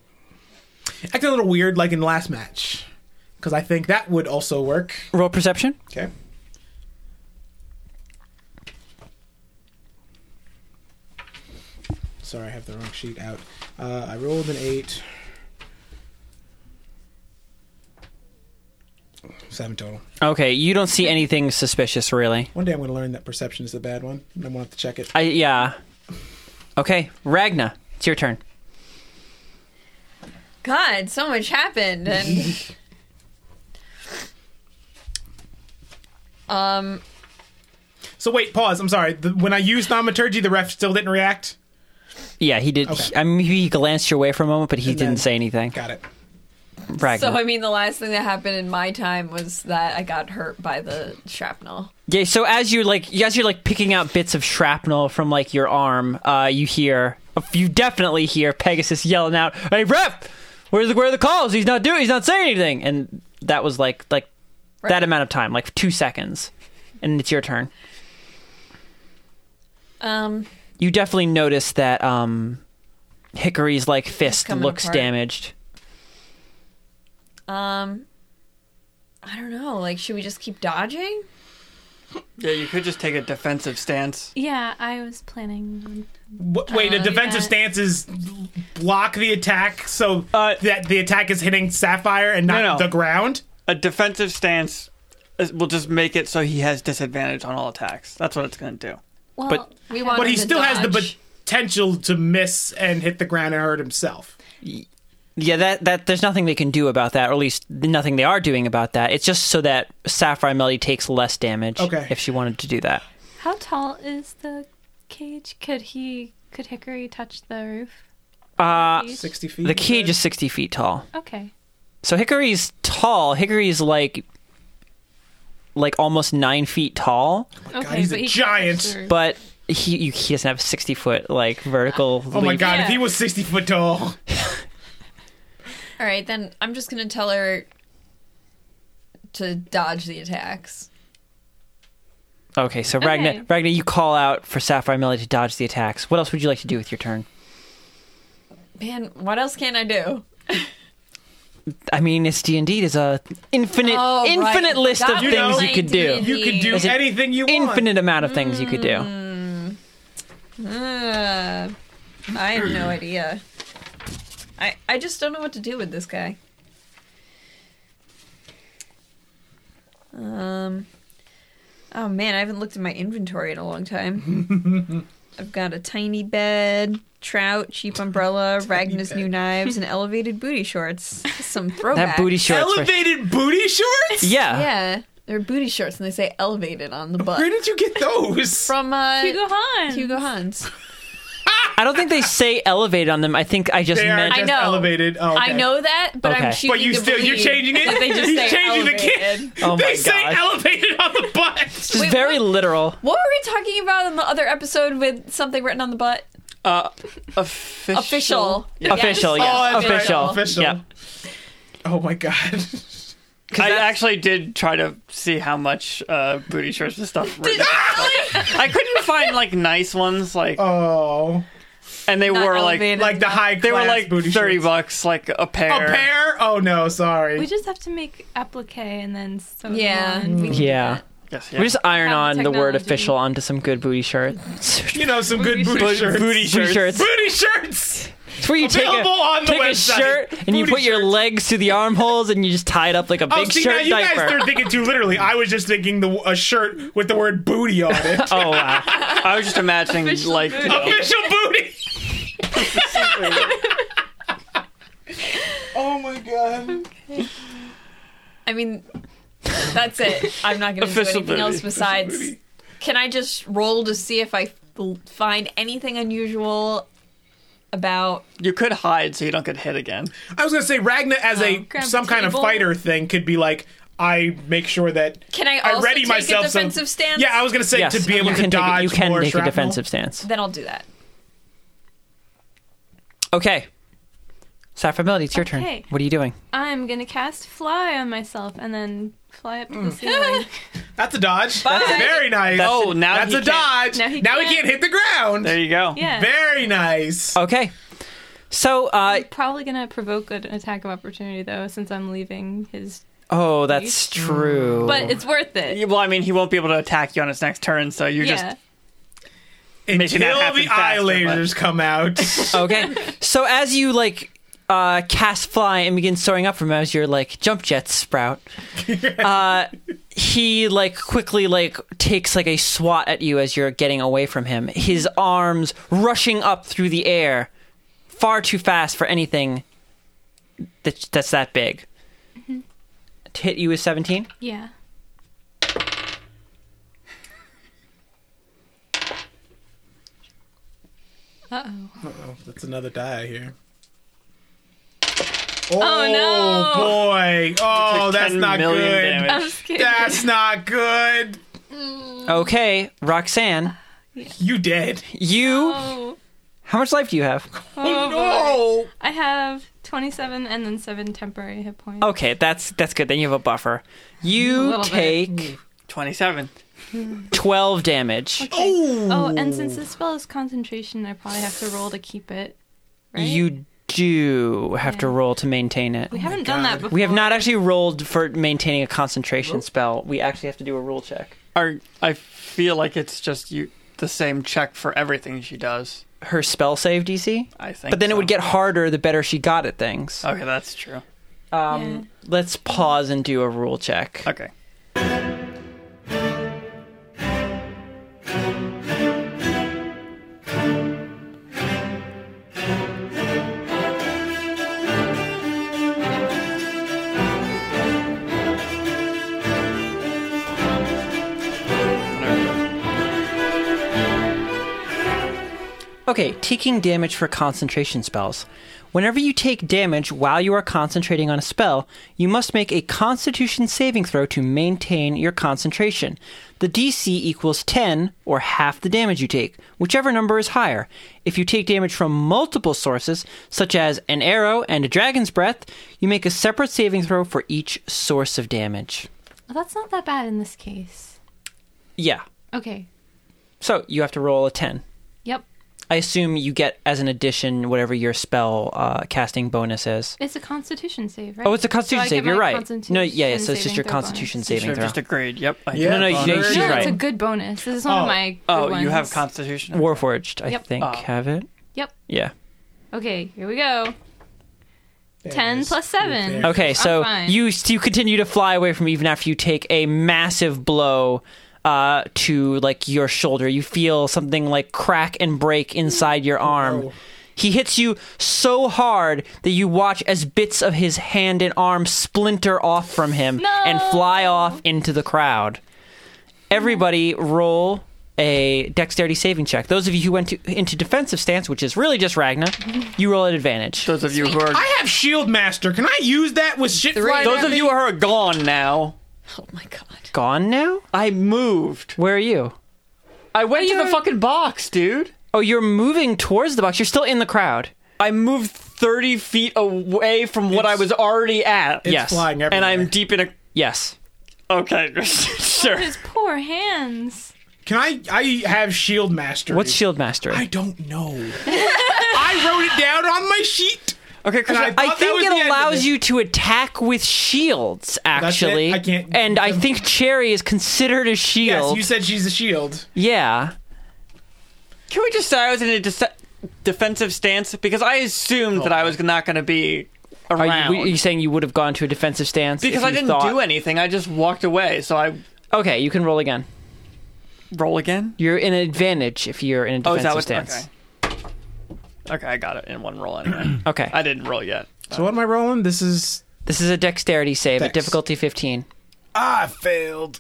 C: acting a little weird like in the last match. Because I think that would also work.
A: Roll perception.
C: Okay. Sorry, I have the wrong sheet out. Uh, I rolled an eight. Seven total.
A: Okay, you don't see anything suspicious, really.
C: One day I'm going to learn that perception is the bad one, and I'm going to have to check it.
A: I yeah. Okay, Ragna, it's your turn.
E: God, so much happened, and um,
C: So wait, pause. I'm sorry. The, when I used thaumaturgy, the ref still didn't react.
A: Yeah, he did.
C: Okay.
A: I mean, he glanced your way for a moment, but he
C: And
A: didn't
C: then-
A: say anything.
C: Got it.
A: Ragna.
E: so I mean, the last thing that happened in my time was that I got hurt by the shrapnel.
A: Yeah, so as you're like as you're like picking out bits of shrapnel from like your arm, uh, you hear you definitely hear Pegasus yelling out, "Hey ref, Where's the where are the calls? He's not doing. He's not saying anything. And that was like like that amount of time, like two seconds, and it's your turn.
E: Um,
A: You definitely notice that um, Hickory's like fist
E: coming
A: looks
E: apart.
A: damaged.
E: um, I don't know. Like, should we just keep dodging?
D: Yeah, you could just take a defensive stance.
F: Yeah, I was planning. on-
C: W- Wait, a
D: Oh,
F: Uh,
C: defensive
F: yeah.
C: stance is block the attack so
D: Uh,
C: that the attack is hitting Sapphire and not
D: No, no.
C: the ground.
D: A defensive stance is- will just make it so he has disadvantage on all attacks. That's what it's going to do.
F: Well,
A: But-
E: We want.
C: But
E: him
C: he
E: to
C: still has the
E: dodge.
C: potential to miss and hit the ground and hurt himself.
A: Yeah, that that there's nothing they can do about that, or at least nothing they are doing about that. It's just so that Sapphire Melody takes less damage.
C: Okay.
A: if she wanted to do that.
F: how tall is the cage? Could he? Could Hickory touch the roof?
A: Uh,
F: Cage?
C: Sixty feet.
A: the cage is sixty feet tall.
F: Okay.
A: So Hickory's tall. Hickory's like like almost nine feet tall,
F: Okay,
C: he's
F: but
C: a
F: he could
C: giant.
F: touch the roof.
A: but he you, he doesn't have a sixty foot like vertical.
C: Oh my
A: leap.
C: god! If he
E: Yeah.
C: was sixty foot tall,
E: All right, then I'm just gonna tell her to dodge the attacks.
A: Okay, so Ragna,
F: Okay.
A: Ragna, you call out for Sapphire Melody to dodge the attacks. What else would you like to do with your turn?
E: Man, what else can I do?
A: I mean, it's D and D. There's a infinite,
E: Oh, right.
A: infinite list of
E: That
A: things
E: was
A: you
E: my
A: could do.
E: D&D.
C: you could do
A: Is it
C: anything you want.
A: Infinite amount of things you could do.
E: Uh, I have no idea. I I just don't know what to do with this guy. Um. Oh man, I haven't looked at my inventory in a long time. I've got a tiny bed, trout, cheap umbrella, Ragnar's new knives, and elevated booty shorts. Some throwbacks.
A: That booty shorts. were-
C: Elevated booty shorts?
A: yeah.
E: Yeah, they're booty shorts, and they say elevated on the
C: Where
E: butt
C: did you get those?
E: from uh,
F: Hugo Hahn.
E: Hugo Hans.
A: I don't think they say elevate on them. I think I just
C: They are
A: meant.
E: I
C: just
E: know.
C: elevated. Oh,
E: I
C: okay.
E: know that, but
A: Okay.
E: I'm
A: But
E: choosing
C: But you
E: to
C: still you're
E: believe
C: changing it.
E: that They just
C: He's
E: say
C: changing the
E: elevated.
C: kid.
A: Oh my
C: they say
A: God.
C: elevated on the butt.
A: Just
E: Wait,
A: very
E: what?
A: literal.
E: What were we talking about in the other episode with something written on the butt?
D: Uh, official.
E: Official. Yes.
A: Official, yes.
C: Oh, that's right.
A: official.
C: Official.
A: Yeah.
C: Oh my god.
D: I actually did try to see how much uh, booty shorts and stuff. were. I couldn't find like nice ones, like,
C: Oh.
D: and they
E: Not
D: were like
E: elevated.
C: Like the high
D: they were
C: class
D: like
C: booty
D: thirty
C: shorts.
D: bucks, like a pair.
C: A pair? Oh no,
F: We
C: sorry.
F: just have to make applique and then sew
E: Yeah.
F: them on.
E: We can-
A: Yeah.
D: Yes,
A: We just iron on
F: Have
A: the,
F: the
A: word
F: technology.
A: official onto some good booty shirts.
C: You know, some good booty,
D: Bo-
C: shirts.
D: booty
A: booty
D: shirts.
A: shirts.
C: Booty shirts.
A: It's where you take, a,
C: Available on the
A: take a
C: website.
A: shirt and you
C: Booty
A: put your
C: shirts.
A: legs through the armholes and you just tie it up like a big
C: Oh, see now
A: shirt
C: you guys
A: diaper.
C: are thinking too literally. I was just thinking the a shirt with the word booty on it.
A: oh wow.
D: I was just imagining like you know,
C: Official booty. oh my god.
E: I mean, that's it. I'm not going to do
D: Official
E: anything
D: booty.
E: else besides. Can I just roll to see if I f- find anything unusual about?
D: you could hide so you don't get hit again.
C: I was gonna say Ragna as
E: Oh,
C: a
F: grab
C: some
F: the
C: kind of
F: table.
C: fighter thing could be like I make sure that
E: Can I
C: I
E: also
C: ready
E: take
C: myself
E: a
C: so-
E: defensive stance?
C: Yeah, I was gonna say
A: Yes.
C: to be able
A: you
C: to
A: can take
C: dodge
A: a, you can
C: more
A: take a
C: shrapnel.
A: defensive stance.
E: Then I'll do that.
A: Okay. Sapphire Melody, it's your turn.
F: Okay.
A: What are you doing?
F: I'm gonna cast fly on myself and then fly up to
C: Mm.
F: the ceiling.
C: That's a dodge.
E: Bye.
C: That's very nice.
D: Oh, now
C: that's
D: he
C: a
D: can't-
C: dodge.
F: now he
C: we
F: can't.
C: can't hit the ground.
D: There you go.
F: yeah.
C: Very nice.
A: Okay. So uh
F: I'm probably gonna provoke an attack of opportunity though, since I'm leaving his.
A: oh that's true.
C: Oh.
F: But it's worth it.
D: Yeah, Well, I mean, he won't be able to attack you on his next turn, so you're
F: Yeah.
C: Until
D: making that happen
C: the eye
D: faster, but-
C: lasers come out.
A: Okay. So as you like uh cast fly and begin soaring up from as your like jump jets sprout, uh he like quickly like takes like a swat at you as you're getting away from him. His arms rushing up through the air far too fast for anything that that's that big.
F: Mm-hmm.
A: To hit you is 17?
F: Yeah. Uh oh.
C: oh, that's another die here.
E: Oh,
F: no.
C: Oh, boy! Oh,
D: Took
C: that's
D: 10
C: not
D: million
C: good.
D: damage.
F: I'm scared.
C: That's not good.
A: Okay, Roxanne,
C: You dead.
A: you
F: Oh,
A: how much life do you have?
F: oh, boy.
C: No.
F: I have Twenty-seven and then seven temporary hit points.
A: Okay, that's that's good. Then you have a buffer. You
F: little bit.
A: take
D: 27.
A: twelve damage.
F: Oh, and since this spell is concentration, I probably have to roll to keep it. Right?
A: You do have to
F: Yeah.
A: roll to maintain it.
F: We haven't done that before.
A: We have not actually rolled for maintaining a concentration spell. We actually have to do a rule check.
D: Are, I feel like it's just you the same check for everything she does.
A: Her spell save DC,
D: I think.
A: but then it
D: so.
A: would get harder the better she got at things.
D: Okay, that's true.
A: Um,
F: Yeah.
A: Let's pause and do a rule check.
D: Okay.
A: Okay, taking damage for concentration spells. Whenever you take damage while you are concentrating on a spell, you must make a constitution saving throw to maintain your concentration. The DC equals 10, or half the damage you take, whichever number is higher. If you take damage from multiple sources, such as an arrow and a dragon's breath, you make a separate saving throw for each source of damage.
F: That's not that bad in this case.
A: Yeah,
F: Okay.
A: so you have to roll a 10.
F: Yep.
A: I assume you get as an addition whatever your spell uh, casting bonus is.
F: It's a Constitution save, right?
A: Oh, it's a
F: So I
A: Constitution
F: get
A: save. You're
F: my
A: right.
F: Constitution
A: No, yeah, yeah. So it's just
F: saving
A: your
F: throw bonus.
A: Constitution
D: Should
A: saving
D: have
A: throw.
D: just agreed. Yep. I
C: Yeah.
A: no, no,
D: bonus.
A: no, she's
F: No,
A: right.
F: it's a good bonus. This is one
C: Oh.
F: of my. Good
D: Oh, you have
F: ones.
D: Constitution.
A: Warforged, I
F: Yep.
A: think,
D: Oh.
A: have it.
F: Yep.
A: Yeah.
F: Okay, here we go.
C: There it
F: 10
C: is.
F: plus 7.
A: Okay, so
F: fine.
A: you you continue to fly away from even after you take a massive blow uh, to like your shoulder. You feel something like crack and break inside your arm. He hits you so hard that you watch as bits of his hand and arm splinter off from him
F: No.
A: and fly off into the crowd. Everybody roll a dexterity saving check. Those of you who went to, into defensive stance, which is really just Ragna, you roll at advantage.
D: Those of you who are
C: I have Shield Master. Can I use that with shit
E: Three.
C: flying
D: those
C: at
D: of
C: me?
D: you who are gone now.
E: Oh my god.
A: Gone now?
D: I moved.
A: Where are you?
D: I went to the fucking box, dude.
A: Oh, you're moving towards the box. You're still in the crowd.
D: I moved 30 feet away from what I was already at.
A: yes.
C: flying everywhere.
D: And I'm deep in a.
A: Yes.
D: Okay, sure.
F: His poor hands.
C: Can I? I have Shield Master.
A: What's shield mastery?
C: I don't know. I wrote it down on my sheet.
D: Okay, Chris,
C: And
D: I,
C: I-
A: I
C: thought that
A: think
C: was the
A: it
C: end of
A: allows
C: it.
A: you to attack with shields, actually.
C: I can't-
A: And I think Cherry is considered a
C: Yes,
A: shield.
C: you said she's a shield.
A: yeah.
D: can we just say I was in a dece- defensive stance because I assumed that I was not going to be
A: Are you,
D: around
A: w- are you saying you would have gone to a defensive stance?
D: because
A: if
D: I
A: you
D: didn't
A: thought-
D: do anything. I just walked away. So I
A: Okay, you can roll again.
D: roll again.
A: You're in advantage if you're in a
D: Oh,
A: defensive
D: is that what?
A: stance.
D: Okay. okay, I got it in one roll anyway.
A: Okay.
D: I didn't roll yet.
C: So what am I rolling? This is
A: This is a dexterity save at
C: Dex.
A: difficulty 15.
G: I failed.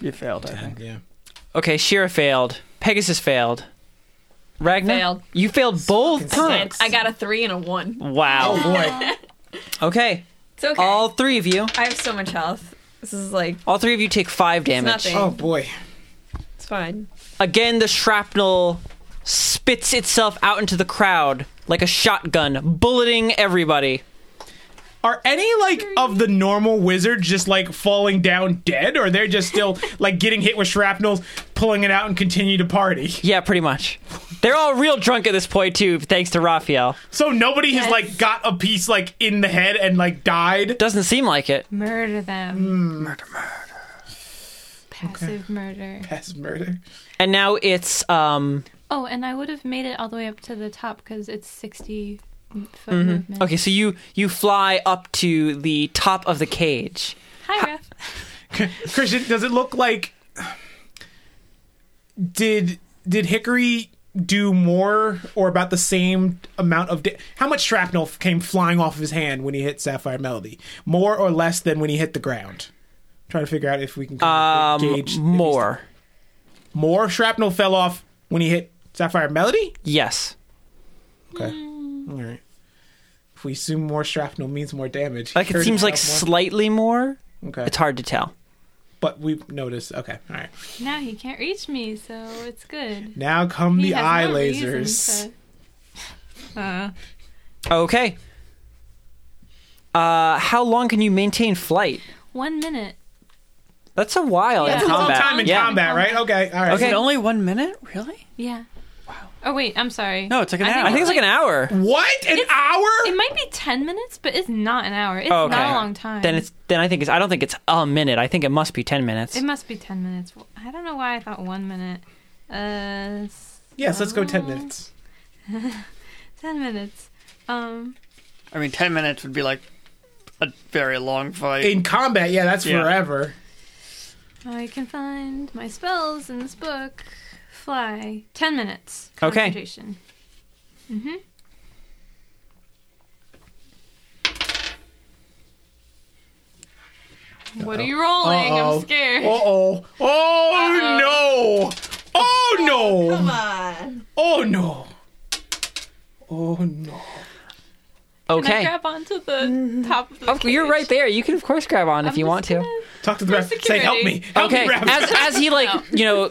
D: You failed. I think.
C: yeah.
A: Okay, Shira failed. Pegasus failed. Ragnar,
E: Failed.
A: you failed both times.
E: I got a three and a one.
A: Wow.
C: Boy,
A: Okay.
E: It's okay.
A: All three of you.
E: I have so much health. This is like
A: All three of you take five damage.
E: nothing.
C: oh boy.
E: It's fine.
A: Again, the shrapnel spits itself out into the crowd like a shotgun, bulleting everybody.
C: Are any like of the normal wizards just like falling down dead, or they're just still like getting hit with shrapnels, pulling it out, and continue to party?
A: Yeah, pretty much. They're all real drunk at this point too, thanks to Raphael.
C: So nobody has
F: Yes.
C: like got a piece like in the head and like died.
A: Doesn't seem like it.
F: Murder
A: Hmm.
F: them. Passive murder.
C: That's murder.
A: And now it's um
F: Oh, and I would have made it all the way up to the top because it's 60 m- foot movement.
A: Mm-hmm. okay, so you you fly up to the top of the cage.
F: Hi, Raph.
C: Christian, does it look like did did Hickory do more or about the same amount of da- how much shrapnel f- came flying off of his hand when he hit Sapphire Melody? More or less than when he hit the ground? trying to figure out if we can kind
A: Um
C: of gauge if he's-
A: more.
C: more shrapnel fell off when he hit Sapphire Melody.
A: Yes.
C: Okay, all right. If we assume more shrapnel means more damage, he
A: Like it
C: hurt
A: seems like
C: himself
A: slightly more.
C: more. okay,
A: It's hard to tell.
C: but we noticed. Okay, all right.
F: Now he can't reach me, so it's good.
C: Now come
F: He
C: the
F: has
C: eye
F: no reason
C: lasers.
F: to-
A: Okay. Uh, how long can you maintain flight?
F: One minute.
A: That's a while
F: Yeah.
A: in
F: That's a long
A: combat.
C: Oh, time in
A: yeah.
C: combat, right? Okay, all right.
A: Okay.
D: Is it only one minute? Really?
F: Yeah. Wow. Oh wait, I'm sorry.
D: No, it's like an
F: I
D: hour.
A: I think it's like an hour.
C: What? An hour?
F: It might be ten minutes, but it's not an hour. It's
A: Oh, okay.
F: not a long time.
A: Then it's then I think it's I don't think it's a minute. I think it must be ten minutes.
F: It must be ten minutes. I don't know why I thought one minute. Uh, s-
C: Yes, let's go
F: Oh.
C: 10 minutes.
F: ten minutes. Um,
D: I mean, ten minutes would be like a very long fight.
C: In combat, yeah, that's
D: Yeah.
C: forever.
F: I can find my spells in this book. Fly. Ten minutes.
A: Okay.
F: Concentration. Mhm. What are you rolling?
C: Uh-oh.
F: I'm scared.
A: Oh.
C: Uh-oh. Oh, no. Oh,
E: Come
C: no.
E: on.
C: Oh, no. Oh, no.
F: Can I
A: okay.
F: grab onto the top of the
A: Oh, you're
F: cage?
A: right there. You can of course grab on if
F: I'm
A: you want
F: just
A: to.
F: gonna-
C: Talk to the ref. Say,
F: security.
C: help me. Help
A: Okay.
C: me, ref.
A: As as he like you know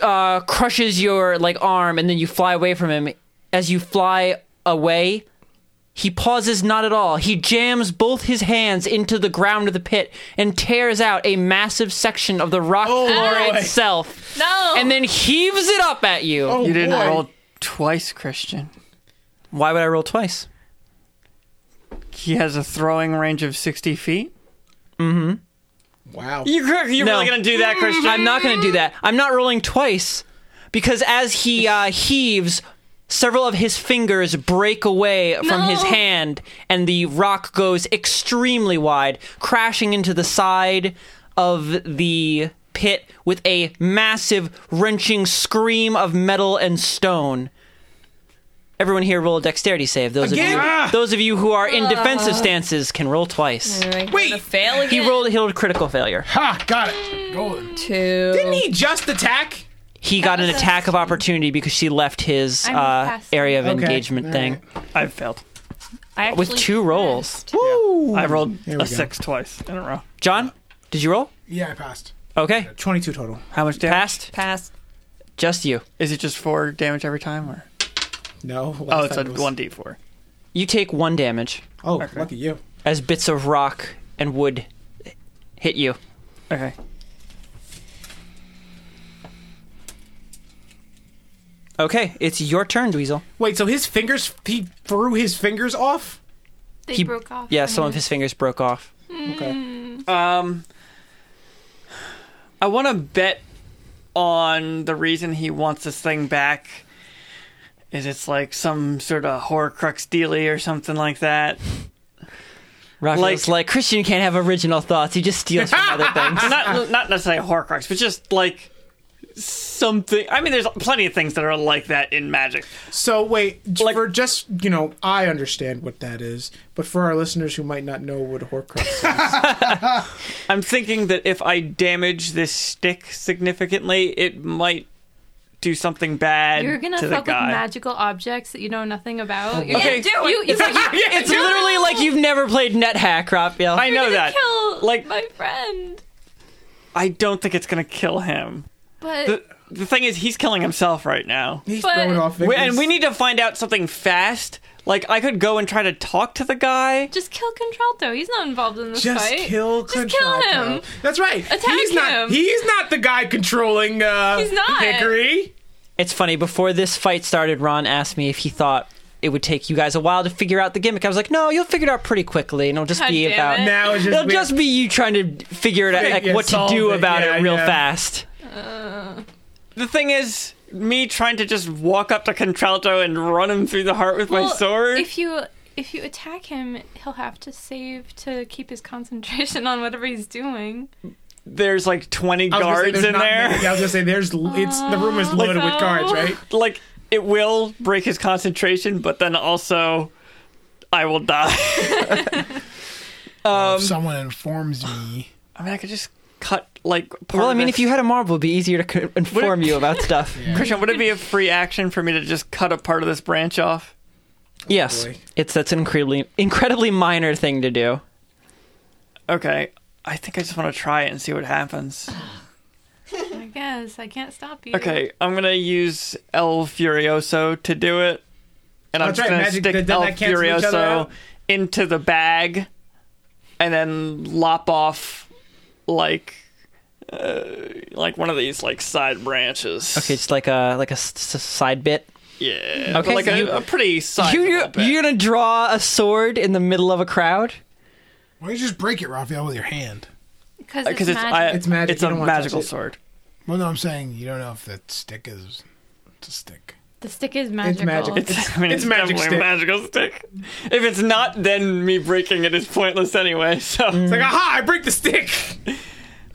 A: uh, crushes your like arm and then you fly away from him. As you fly away, he pauses not at all. He jams both his hands into the ground of the pit and tears out a massive section of the rock
D: Oh,
A: floor
C: boy.
A: itself,
F: No.
A: and then heaves it up at you.
C: oh,
D: you didn't
C: boy.
D: roll twice, Christian.
A: Why would I roll twice?
D: He has a throwing range of sixty feet.
C: Wow.
D: You, you're
A: No.
D: really gonna do that, Christian?
A: I'm not going to do that. I'm not rolling twice because as he uh, heaves, several of his fingers break away from his
F: No.
A: hand, and the rock goes extremely wide, crashing into the side of the pit with a massive wrenching scream of metal and stone. Everyone here roll a dexterity save. Those
C: Again?
A: of
C: Ah.
A: you, those of you who are in defensive stances can roll twice.
C: Wait.
E: fail again.
A: He rolled he rolled a critical failure.
G: Ha! Got it. Golden.
E: two.
C: Didn't he just attack?
A: he got an
F: was a-
A: attack of opportunity because she left his
F: I moved
A: uh,
F: past.
A: area of
C: Okay,
A: engagement
C: all
A: thing
D: I've failed.
E: I
A: with
E: actually
A: two rolls.
E: passed.
C: Woo.
D: I rolled
G: There
D: a
G: we go.
D: six twice in a row.
A: John, did you roll?
G: Yeah, I passed.
A: Okay,
C: 22 total.
D: How much damage?
A: passed.
E: Passed.
A: Just you.
D: Is it just four damage every time, or
C: No.
D: oh,
C: last
D: it's a
C: time it was-
D: one d four.
A: You take one damage
C: Oh, lucky you.
A: as bits of rock and wood hit you.
D: Okay.
A: Okay, it's your turn, Dweezil.
C: Wait, so his fingers, he threw his fingers off?
F: They
A: He-
F: broke off.
A: Yeah,
F: from
A: some of
F: him.
A: his fingers broke off.
C: Okay.
D: Um, I want to bet on the reason he wants this thing back. Is it's like some sort of Horcrux dealy or something like that?
A: Rock
D: Like-
A: like, like Christian can't have original thoughts. He just steals from other things.
D: not not necessarily Horcrux, but just like something. I mean, there's plenty of things that are like that in magic.
C: So wait, j-
D: Like-
C: for just you know, I understand what that is, but for our listeners who might not know what a Horcrux is,
D: I'm thinking that if I damage this stick significantly, it might do something bad
F: You're gonna
D: to the
F: fuck with
D: guy.
F: magical objects that you know nothing about. You're
D: Okay.
F: gonna do it. You, you,
A: It's, like Oh, you- it's literally like you've never played NetHack, Raphael.
D: I know
F: gonna
D: that.
F: Kill
D: Like-
F: like my friend.
D: I don't think it's gonna kill him.
F: But
D: The, the thing is, he's killing himself right now.
C: he's
F: But-
C: throwing off
D: We-
C: fingers.
D: and we need to find out something fast. Like I could go and try to talk to the guy.
F: just kill Contralto. He's not involved in this
C: just
F: fight.
C: kill
F: Just kill
C: Contralto.
F: him.
C: That's right.
F: Attack
C: he's not.
F: him.
C: He's not the guy controlling. Uh,
F: He's not.
C: Hickory.
A: It's funny, before this fight started, Ron asked me if he thought it would take you guys a while to figure out the gimmick. I was like, no, you'll figure it out pretty quickly, and it'll just
F: God
A: be
F: damn
A: about.
F: it.
C: Now it's just,
A: It'll
C: we-
A: just be you trying to figure it out, like,
C: Yeah,
A: what to
C: solve
A: do
C: it.
A: about
C: Yeah,
A: it real
C: yeah.
A: fast.
D: The thing is, me trying to just walk up to Contralto and run him through the heart with my
F: Well,
D: sword.
F: If you if you attack him, he'll have to save to keep his concentration on whatever he's doing.
D: There's like 20
C: I was gonna say
D: guards
C: there's
D: in
C: not
D: there.
C: many- I was gonna say there's. l- It's the room is loaded with guards,
F: oh.
C: right?
D: Like it will break his concentration, but then also I will die.
G: if someone informs me.
D: I mean, I could just cut like. Part
A: Well, I
D: of
A: mean,
D: this-
A: if you had a marble, it'd be easier to c- inform you about stuff.
D: Christian, would it be a free action for me to just cut a part of this branch off?
A: Yes,
C: boy.
A: it's that's an incredibly incredibly minor thing to do.
D: Okay, I think I just want to try it and see what happens.
F: I guess I can't stop you.
D: Okay, I'm gonna use El Furioso to do it. and I'm
C: That's
D: just
C: right,
D: gonna
C: magic-
D: stick
C: doesn't
D: El
C: that cancel each other
D: Furioso
C: out?
D: into the bag, and then lop off like uh, like one of these like side branches.
A: Okay, just like a like a s- s- side bit.
D: yeah, but
A: Okay,
D: like a,
A: you-
D: a pretty side.
A: You, you're, you're gonna draw a sword in the middle of a crowd.
G: Why don't you just break it, Raphael, with your hand?
F: because it's,
D: because Uh, it's I-
F: magic.
C: It's magic,
D: It's
C: you
D: a
C: don't wanna touch
D: magical
C: it.
D: sword.
G: Well, no, I'm saying you don't know if the stick is it's a stick.
F: the stick is magical.
C: magic.
D: It's, I mean,
C: it's
D: it's,
C: a magic
D: definitely
C: stick.
D: a magical stick. If it's not, then me breaking it is pointless anyway. So
C: It's like, aha, I break the stick.
G: I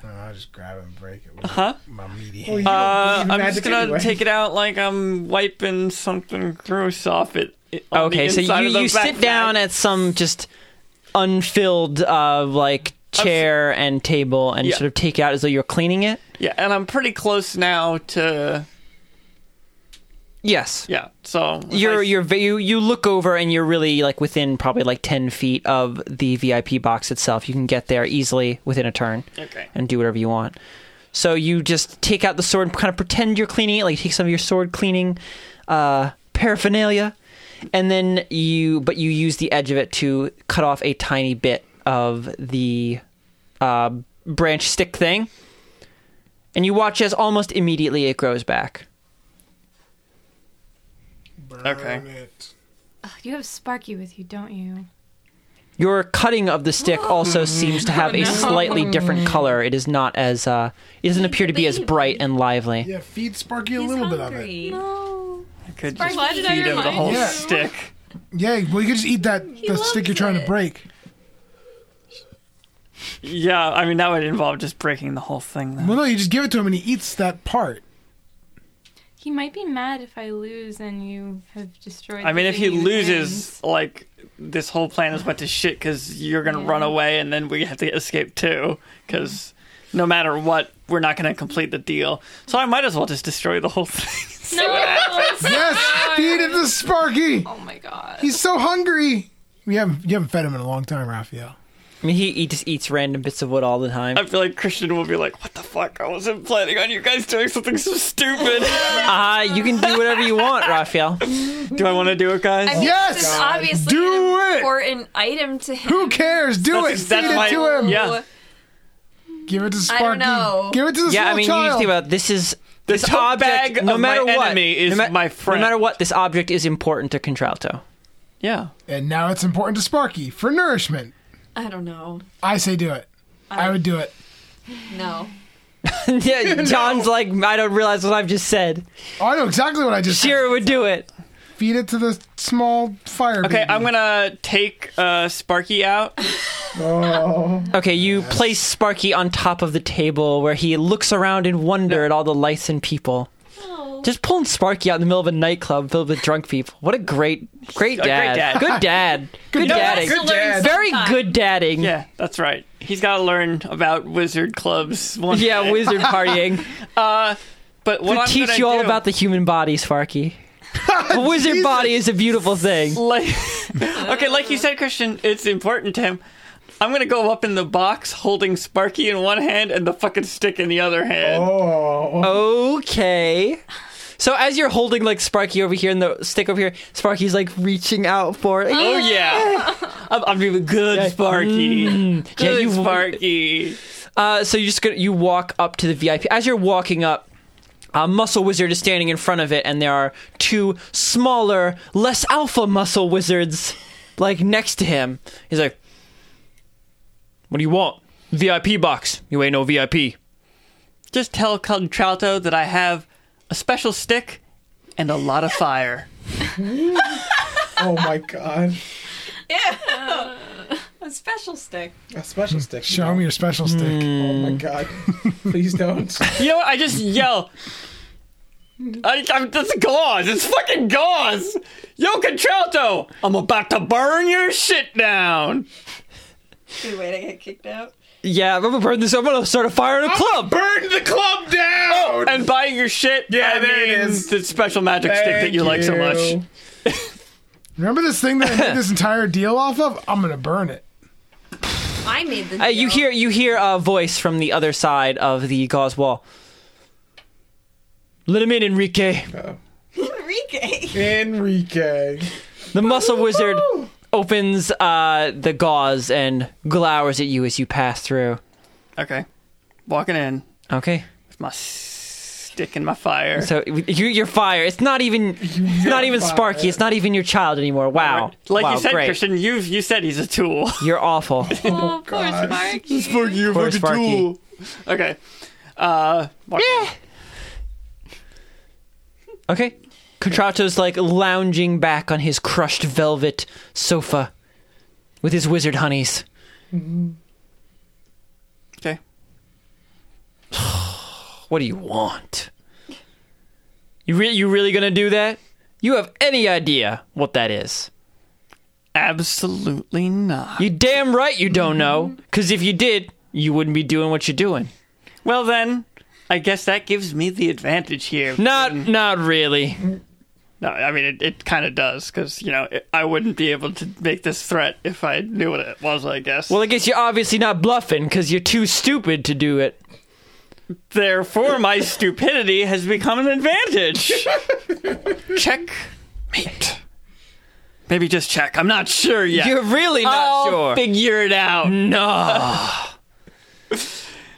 G: don't know, I'll just grab it and break it with my meaty
C: Oh,
G: hand.
D: Uh, I'm just
C: magic
D: gonna
C: anyway.
D: take it out like I'm wiping something gross off it. it- on
A: okay,
D: the
A: so
D: inside
A: you
D: of the
A: you sit
D: backpack.
A: down at some just unfilled uh like chair and table and
D: Yeah.
A: sort of take it out as though you're cleaning it.
D: yeah, and I'm pretty close now to
A: Yes.
D: yeah. So if
A: You're,
D: I-
A: you're, ve- you you look over and you're really like within probably like 10 feet of the VIP box itself. You can get there easily within a turn
D: okay.
A: and do whatever you want. So you just take out the sword and kind of pretend you're cleaning it, like take some of your sword cleaning uh, paraphernalia, and then you but you use the edge of it to cut off a tiny bit of the uh, branch stick thing, and you watch as almost immediately it grows back.
G: Burn
D: okay.
G: it.
F: You have Sparky with you, don't you?
A: Your cutting of the stick also seems to have a slightly different color. It is not as uh, it doesn't appear to be as bright and lively.
G: Yeah, feed Sparky a little bit
E: hungry.
F: No.
D: I could
F: Sparky,
D: just
F: why did I
D: feed him the
F: remind
D: whole
G: you?
D: stick.
G: of it. Yeah, well, you could just eat that the
F: loves
G: stick you're trying to
F: it.
G: break.
D: Yeah, I mean that would involve just breaking the whole thing. Then.
G: Well, no, you just give it to him and he eats that part.
F: He might be mad if I lose and you have destroyed.
D: I mean,
F: the
D: if he
F: thing
D: loses, like this whole plan is went to shit because you're gonna run away, and then we have to escape too. Because no matter what, we're not gonna complete the deal. So I might as well just destroy the whole thing.
F: wins. No.
G: Yes, feed it to Sparky.
F: oh my god.
G: He's so hungry. We haven't you haven't fed him in a long time, Raphael.
A: I mean, he, he just eats random bits of wood all the time.
D: I feel like Christian will be like, "What the fuck? I wasn't planning on you guys doing something so stupid."
A: Uh, you can do whatever you want, Raphael.
D: do I want to do it, guys?
E: I mean,
G: Yes!
E: This is
G: God,
E: obviously
G: do
E: an
G: it!
E: important item to him.
G: Who cares? Do
D: That's-
G: it.
D: that's
G: Feed
D: my-
G: it to him.
D: Yeah.
G: Give it to
E: I
G: Sparky.
E: don't know.
G: Give it to this
A: Yeah,
G: little
A: I mean,
G: child.
A: you just think about it, this is this
D: tote
A: object.
D: bag
A: no
D: of
A: matter
D: my
A: what,
D: enemy is
A: no ma-
D: my friend.
A: No matter what, this object is important to Contralto.
D: yeah.
G: and now it's important to Sparky for nourishment.
E: I don't know.
G: I say do it. I, would do it.
E: No.
A: yeah, John's like, I don't realize what I've just said.
G: Oh, I know exactly what I just said.
A: Shira would do it.
G: Feed it to the small fire.
D: Okay,
G: baby.
D: I'm gonna take uh, Sparky out.
A: Okay, you place Sparky on top of the table where he looks around in wonder at all the lights and people. Just pulling Sparky out in the middle of a nightclub filled with drunk people. What a great, great
D: A great
A: dad.
D: dad.
A: Good dad. Good dadding.
C: Good dad.
A: Very good dadding.
D: Yeah, that's right. He's got to learn about wizard clubs. One
A: Yeah,
D: day.
A: wizard partying.
D: But what
A: to
D: I'm
A: teach
D: gonna
A: you all
D: do-
A: about the human body, Sparky. a wizard body is a beautiful thing.
D: like okay like you said christian it's important to him i'm gonna go up in the box holding sparky in one hand and the fucking stick in the other hand
A: Oh.
G: Oh,
A: Okay. So as you're holding like Sparky over here and the stick over here, Sparky's like reaching out for it.
D: oh yeah i'm, I'm doing good sparky
A: Mm. Yeah,
D: good
A: you-
D: sparky
A: Uh, so you just gonna, you walk up to the VIP. As you're walking up, a muscle wizard is standing in front of it, and there are two smaller, less alpha muscle wizards like next to him. He's like, "What do you want? VIP box? You ain't no VIP."
D: just tell contralto that i have a special stick and a lot of fire
C: Oh my god.
E: A special stick.
C: A special stick.
G: show him your special stick.
C: Oh my god. Please don't.
D: you know what i just yell I, I'm, that's gauze. It's fucking gauze. Yo, Contralto, I'm about to burn your shit down.
E: Wait, wait, I get kicked out.
A: Yeah, I'm gonna burn this. I'm gonna start a fire in a club.
C: Burn the club down!
G: Oh,
D: and buying your shit.
C: Yeah,
D: I
C: there it
D: mean,
C: is.
D: The special magic stick that
C: Thank
D: you, like so much.
G: Remember this thing that I made this entire deal off of? I'm gonna burn it.
E: I made the.
A: Uh, you
E: deal.
A: hear you hear a voice from the other side of the gauze wall. Let him in, Enrique.
E: Enrique.
C: Enrique.
A: The muscle wizard opens uh, the gauze and glowers at you as you pass through.
D: Okay. Walking in
A: Okay.
D: with my stick in my fire.
A: So you, you're fire. It's not even. It's not even Sparky. It's not even your child anymore. Wow.
D: Like
A: wow,
D: you said,
A: great.
D: Christian, you've you said he's a tool.
A: You're awful.
F: Oh, poor Sparky.
D: you
A: Poor fucking Sparky. tool.
D: Okay. Uh, walk-
A: Okay. Contralto's like lounging back on his crushed velvet sofa with his wizard honeys.
D: Okay.
A: What do you want? You re- you really gonna do that? You have any idea what that is?
D: Absolutely not.
A: You damn right you don't know. Cause if you did, you wouldn't be doing what you're doing.
D: Well then, I guess that gives me the advantage here.
A: Not not really.
D: No, I mean it, it kind of does because you know it, I wouldn't be able to make this threat if I knew what it was. I guess.
A: Well, I guess you're obviously not bluffing because you're too stupid to do it.
D: therefore, my stupidity has become an advantage. check, mate. Maybe just check. I'm not sure yet.
A: You're really not
D: I'll
A: sure.
D: Figure it out.
A: no.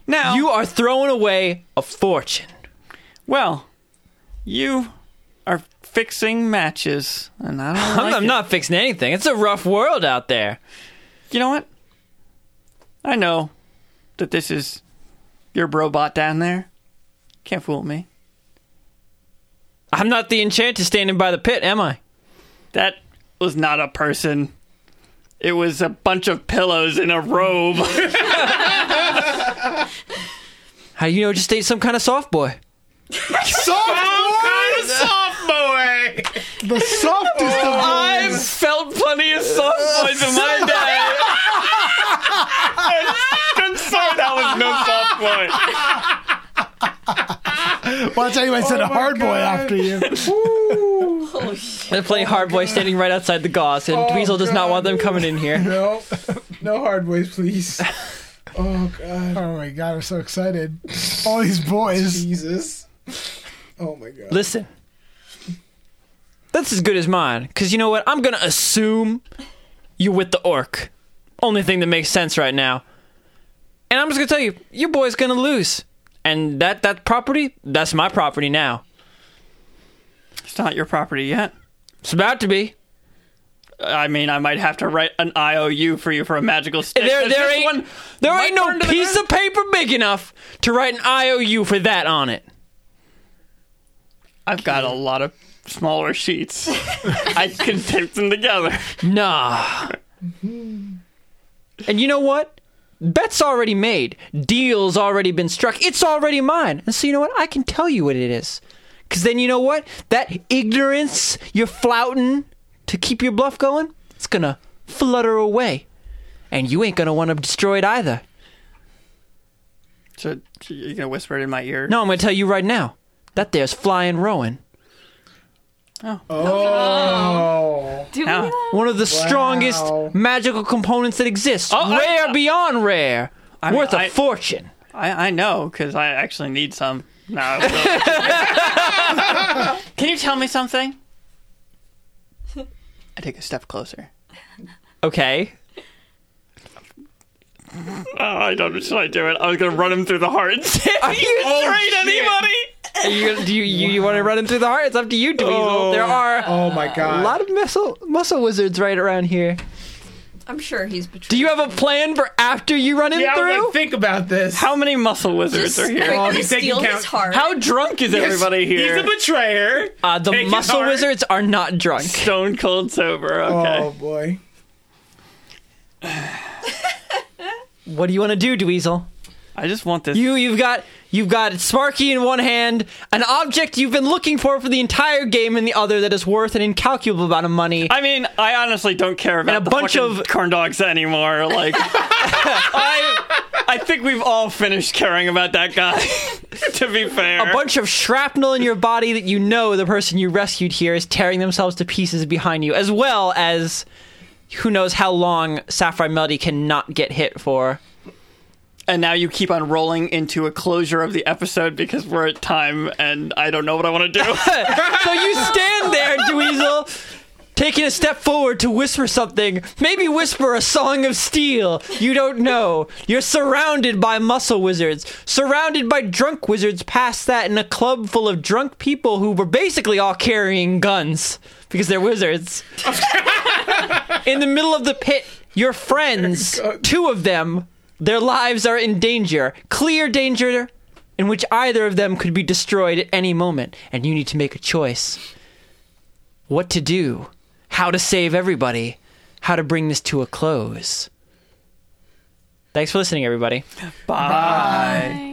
D: Now
A: You are throwing away a fortune.
D: Well, you are fixing matches, and I don't.
A: I'm,
D: like
A: I'm
D: it.
A: not fixing anything. It's a rough world out there.
D: You know what? I know that this is your robot down there. Can't fool me.
A: I'm not the enchanter standing by the pit, am I?
D: That was not a person. It was a bunch of pillows in a robe.
A: How do you know just ain't some kind of soft boy?
C: kind of soft boy.
G: The softest of
A: I've felt plenty of soft boys in my day.
D: I'm sorry, that was no soft boy.
G: boys. Well, I tell you, I said a hard boy after you.
A: They're playing hard boy standing right outside the gauze, and
H: Oh,
A: Dweezil does not
H: God.
A: want them coming in here.
H: No, no hard ways, please. Oh God,
G: Oh my god, I'm so excited. All these boys.
H: Jesus. Oh my God.
A: Listen, that's as good as mine, because you know what? I'm going to assume you're with the orc. Only thing that makes sense right now. And I'm just going to tell you, your boy's going to lose. And that, that property, that's my property now.
D: It's not your property yet.
A: It's about to be.
D: I mean, I might have to write an IOU for you for a magical stick.
A: There,
D: Does
A: there
D: this
A: ain't,
D: one
A: there
D: might
A: ain't no
D: burn to the
A: piece
D: ground?
A: of paper big enough to write an IOU for that on it.
D: I've got a lot of smaller sheets. I can tape them together.
A: Nah. and you know what? Bet's already made. Deal's already been struck. It's already mine. And so you know what? I can tell you what it is. Because then you know what? That ignorance you're flouting to keep your bluff going, it's going to flutter away. And you ain't going to want to destroy it either.
D: So you're gonna whisper it in my ear?
A: No, I'm going to tell you right now. That there's flying Rowan.
F: Do we
D: Now-
F: have-
A: one of the strongest magical components that exists. rare beyond rare,
D: mean,
A: worth a
D: I-
A: fortune.
D: I, I know because I actually need some. No. I will. can you tell me something? I take a step closer.
A: Okay.
D: Oh, I don't. Should I do it? I was gonna run him through the heart Oh, and say,
A: Are you
D: "Ain't anybody."
A: Are you, do you, you, you want to run him through the heart? It's up to you, Dweezil. There are
H: Oh my
A: a
H: God.
A: lot of muscle muscle wizards right around here.
E: I'm sure he's betrayed.
A: Do you have a plan for after you run him
C: Yeah, I
A: through?
C: was like, think about this.
D: How many muscle wizards are
E: Just
D: here?
E: quickly
C: he's taking
E: steal
C: count.
E: his heart.
D: How drunk is everybody here?
C: He's a betrayer.
A: uh, the
C: Take his
A: muscle
C: heart.
A: wizards are not drunk.
D: Stone cold sober. Okay.
H: Oh boy.
A: What do you want to do, Dweezil?
D: I just want this.
A: You you've got you've got Sparky in one hand, an object you've been looking for for the entire game in the other that is worth an incalculable amount of money.
D: I mean, I honestly don't care about
A: And a
D: the
A: bunch
D: fucking
A: of-
D: corn dogs anymore. Like, I, I think we've all finished caring about that guy. to be fair,
A: a bunch of shrapnel in your body that you know the person you rescued here is tearing themselves to pieces behind you, as well as who knows how long Sapphire Melody cannot get hit for.
D: and now you keep on rolling into a closure of the episode because we're at time, and I don't know what I want to do.
A: so you stand there, Dweezil, taking a step forward to whisper something, maybe whisper a song of steel. You don't know. You're surrounded by muscle wizards, surrounded by drunk wizards, past that in a club full of drunk people who were basically all carrying guns because they're wizards. in the middle of the pit, your friends, two of them, their lives are in danger, clear danger in which either of them could be destroyed at any moment, and you need to make a choice what to do, how to save everybody, how to bring this to a close. Thanks for listening, everybody.
F: Bye.